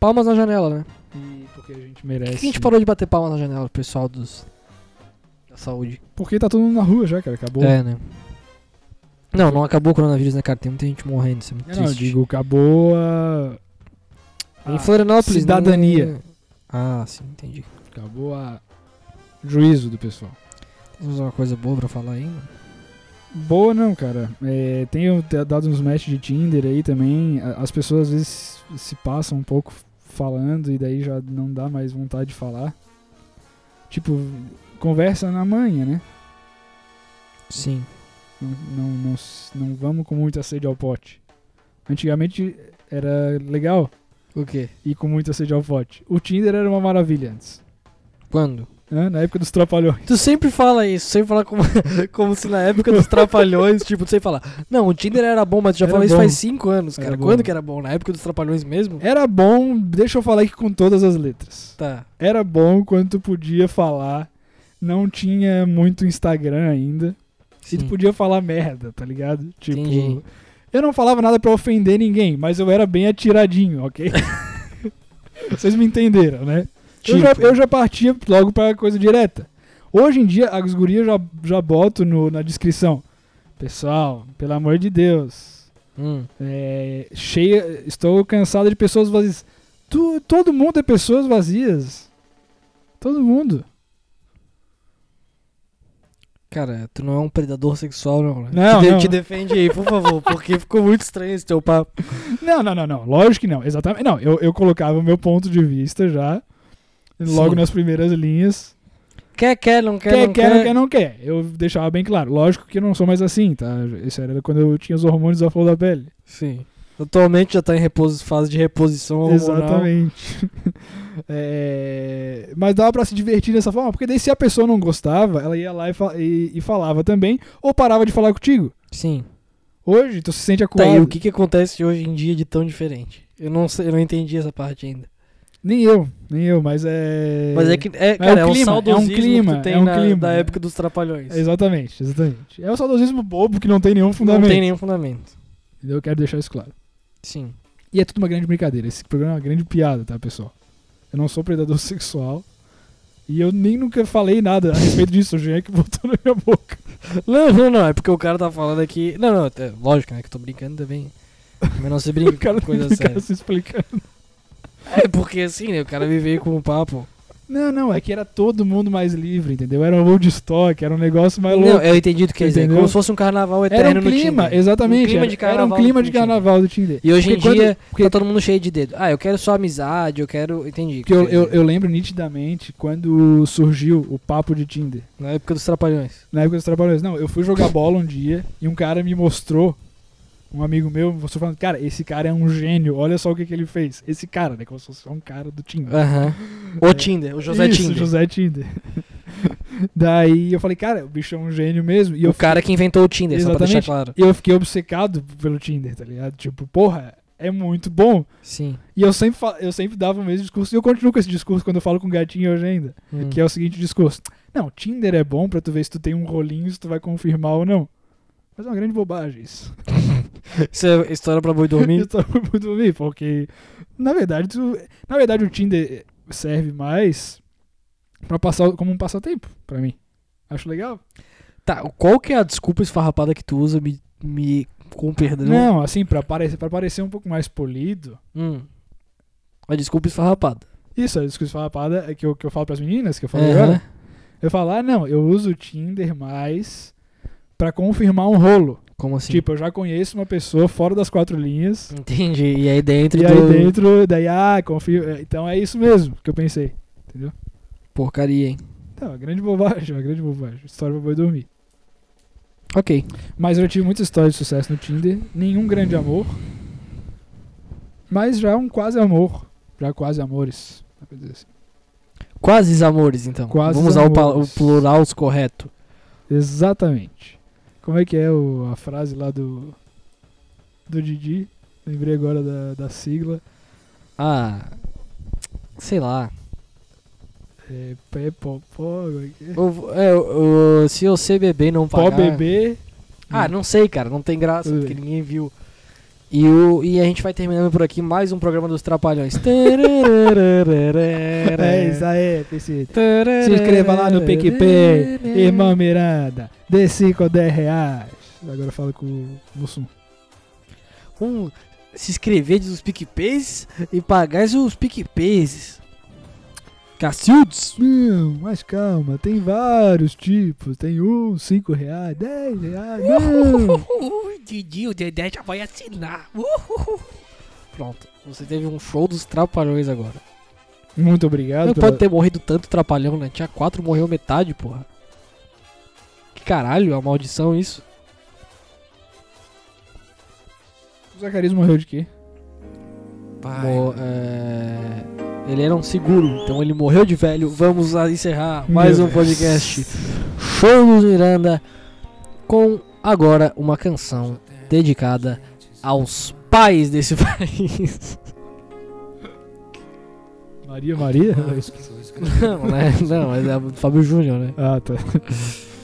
Palmas na janela, né?
E porque a gente
Por
merece.
que que a gente parou de bater palmas na janela, pessoal dos da saúde?
Porque tá todo mundo na rua já, cara. Acabou.
É, né? Não, não acabou o coronavírus, né, cara? Tem muita gente morrendo, isso é muito
Não, eu
triste.
digo, acabou a. Ah.
em Florianópolis,
cidadania.
né? Ah, sim, entendi.
Acabou a juízo do pessoal.
Temos uma coisa boa pra falar né? ainda?
Boa não, cara. É, tenho te- dado uns matches de Tinder aí também. A- As pessoas às vezes se passam um pouco falando e daí já não dá mais vontade de falar. Tipo, conversa na manhã, né?
Sim.
Não, não, não, s- não vamos com muita sede ao pote. Antigamente era legal
O quê?
ir com muita sede ao pote. O Tinder era uma maravilha antes.
Quando?
né? Na época dos trapalhões.
Tu sempre fala isso, sempre fala como, como se na época dos trapalhões, tipo, tu sempre fala, não, o Tinder era bom, mas tu já
Era
falou isso
bom.
faz 5 anos, cara.
Era bom.
Quando que era bom? É. Na época dos trapalhões mesmo?
Era bom, deixa eu falar aqui com todas as letras.
Tá.
era bom quando tu podia falar, não tinha muito Instagram ainda, e tu
Sim.
podia falar merda, tá ligado? Tipo,
Entendi.
eu Eu não falava nada pra ofender ninguém, mas eu era bem atiradinho, ok? Vocês me entenderam, né?
Tipo,
Eu, já, eu já partia logo pra coisa direta. Hoje em dia, as gurias já, já boto no- na descrição. Pessoal, pelo amor de Deus,
Hum.
é, cheia, estou cansado de pessoas vazias. Tu- todo mundo é pessoas vazias. Todo mundo.
Cara, tu não é um predador sexual, não, né?
Não,
te, de-
não.
te defende aí, por favor, porque ficou muito estranho esse teu papo.
Não, não, não, não. Lógico que não. Exatamente. Não, eu, eu colocava o meu ponto de vista já. Logo
Sim.
nas primeiras linhas.
Quer, quer, não quer,
Quer,
não
quer, não quer, não quer. Eu deixava bem claro. Lógico que eu não sou mais assim, tá? Isso era quando eu tinha os hormônios à flor da pele.
Sim. Atualmente já tá em repos- fase de reposição hormonal.
Exatamente. É, Mas dava pra se divertir dessa forma, porque daí se a pessoa não gostava, ela ia lá e, fa- e- e falava também, ou parava de falar contigo.
Sim.
Hoje, tu se sente
Tá,
acuado.
e o que que acontece hoje em dia de tão diferente? Eu não sei, eu não entendi essa parte ainda.
Nem eu, nem eu, mas é.
Mas é que, é, cara, é,
um
um
clima, é um
saudosismo
clima,
que tu tem
é um
na,
clima,
da
né?
época dos Trapalhões.
Exatamente, exatamente. É o saudosismo bobo que não tem nenhum fundamento.
Não tem nenhum fundamento.
Entendeu? Eu quero deixar isso claro.
Sim.
E é tudo uma grande brincadeira. Esse programa é uma grande piada, tá, pessoal? Eu não sou predador sexual. E eu nem nunca falei nada a respeito disso. O Jean é que botou na minha boca.
Não, não, não, é porque o cara tá falando aqui. Não, não, é lógico, né? Que eu tô brincando também. Mas não se brinca
O cara
com
tem
coisa
que ficar
séria.
se explicando.
É porque assim, né? O cara me veio com um papo.
Não, não, é que era todo mundo mais livre, entendeu? Era um voo de estoque, era um negócio mais louco.
Não, eu entendi o que quer dizer.
Entendeu?
Como se fosse um carnaval eterno
era um
no
clima,
Tinder.
exatamente.
Um clima
era-
de
era um
carnaval
clima
no
de
Tinder.
carnaval do Tinder.
E hoje em
Porque quando-
dia tá todo mundo cheio de dedo. Ah, eu quero só amizade, eu quero. Entendi.
Porque eu,
quer
eu,
dizer,
eu lembro nitidamente quando surgiu o papo de Tinder.
Na época dos trapalhões.
Na época dos trabalhadores. Não, eu fui jogar bola um dia e um cara me mostrou, um amigo meu, me mostrou falando, cara, esse cara é um gênio, olha só o que, que ele fez. Esse cara, né? Como se fosse só um cara do Tinder.
Aham. O Tinder, o José
Isso,
Tinder.
José Tinder. Daí eu falei, cara, o bicho é um gênio mesmo. E eu
o cara que inventou o Tinder, só pra
Exatamente.
deixar claro.
E eu fiquei obcecado pelo Tinder, tá ligado? Tipo, porra, é muito bom.
Sim.
E eu sempre, fa- eu sempre dava o mesmo discurso. E eu continuo com esse discurso quando eu falo com gatinho hoje ainda.
Hum.
Que é o seguinte discurso. Não, Tinder é bom pra tu ver se tu tem um rolinho, se tu vai confirmar ou não. Mas é uma grande bobagem isso.
Isso é história pra boi
Eu
dormir.
tava muito dormir, porque... Na verdade, tu, na verdade, o Tinder serve mais pra passar como um passatempo pra mim. Acho legal.
tá, qual que é a desculpa esfarrapada que tu usa me, me com perdão?
Não, assim, pra parecer, pra parecer um pouco mais polido,
Hum. A desculpa esfarrapada.
Isso, a discussão farrapada é que eu, que eu falo pras meninas, que eu falei agora.
Aham.
Eu falo, ah, não, eu uso o Tinder mais pra confirmar um rolo.
Como assim?
Tipo, eu já conheço uma pessoa fora das quatro linhas.
Entendi. E aí dentro
E
do...
aí dentro, daí, ah, confio. é, Então é isso mesmo que eu pensei.
Porcaria, hein?
Não, é grande bobagem, é grande bobagem. História pra boi dormir.
Ok.
Mas eu tive muita história de sucesso no Tinder. Nenhum grande amor. Mas já um quase amor. Já quase amores. dá pra dizer assim.
Quase amores, então.
Quases
Vamos usar o, pa- o
amores.
plural correto.
Exatamente. Como é que é o- a frase lá do. Do Didi? Lembrei agora da, da sigla.
Ah. Sei lá.
É pé, pó, pó. como é que é?
O- é, o- o- se eu sei beber não
Pó
pagar...
bebê.
Ah, não sei, cara. Não tem graça,
Tudo
porque
bem.
ninguém viu. E, o, e a gente vai terminando por aqui mais um programa dos Trapalhões. é
É isso aí, PC. Se inscreva lá no PicPay, irmão Miranda. Dê 5 ou 10 reais. Agora fala com o Mussum.
Um, se inscrever dos PicPays e pagar os PicPays. Cacildes.
Não, mas calma, tem vários tipos. Tem um, 5 reais, 10 reais. Não!
Uhul, Didi, o Dedé já vai assinar. Uhul. Pronto, você teve um show dos trapalhões agora.
Muito obrigado.
Não
pela-
pode ter morrido tanto trapalhão, né? Tinha quatro, morreu metade, porra. Que caralho, é uma maldição isso.
O Zacarias morreu de quê?
Mo- é, Ele era um seguro, então ele morreu de velho. Vamos a- encerrar mais
Meu
um
Deus.
podcast. Show dos Miranda com agora uma canção dedicada aos pais desse país.
Maria Maria?
Não, né? Não, mas é do Fábio Júnior, né?
ah, tá.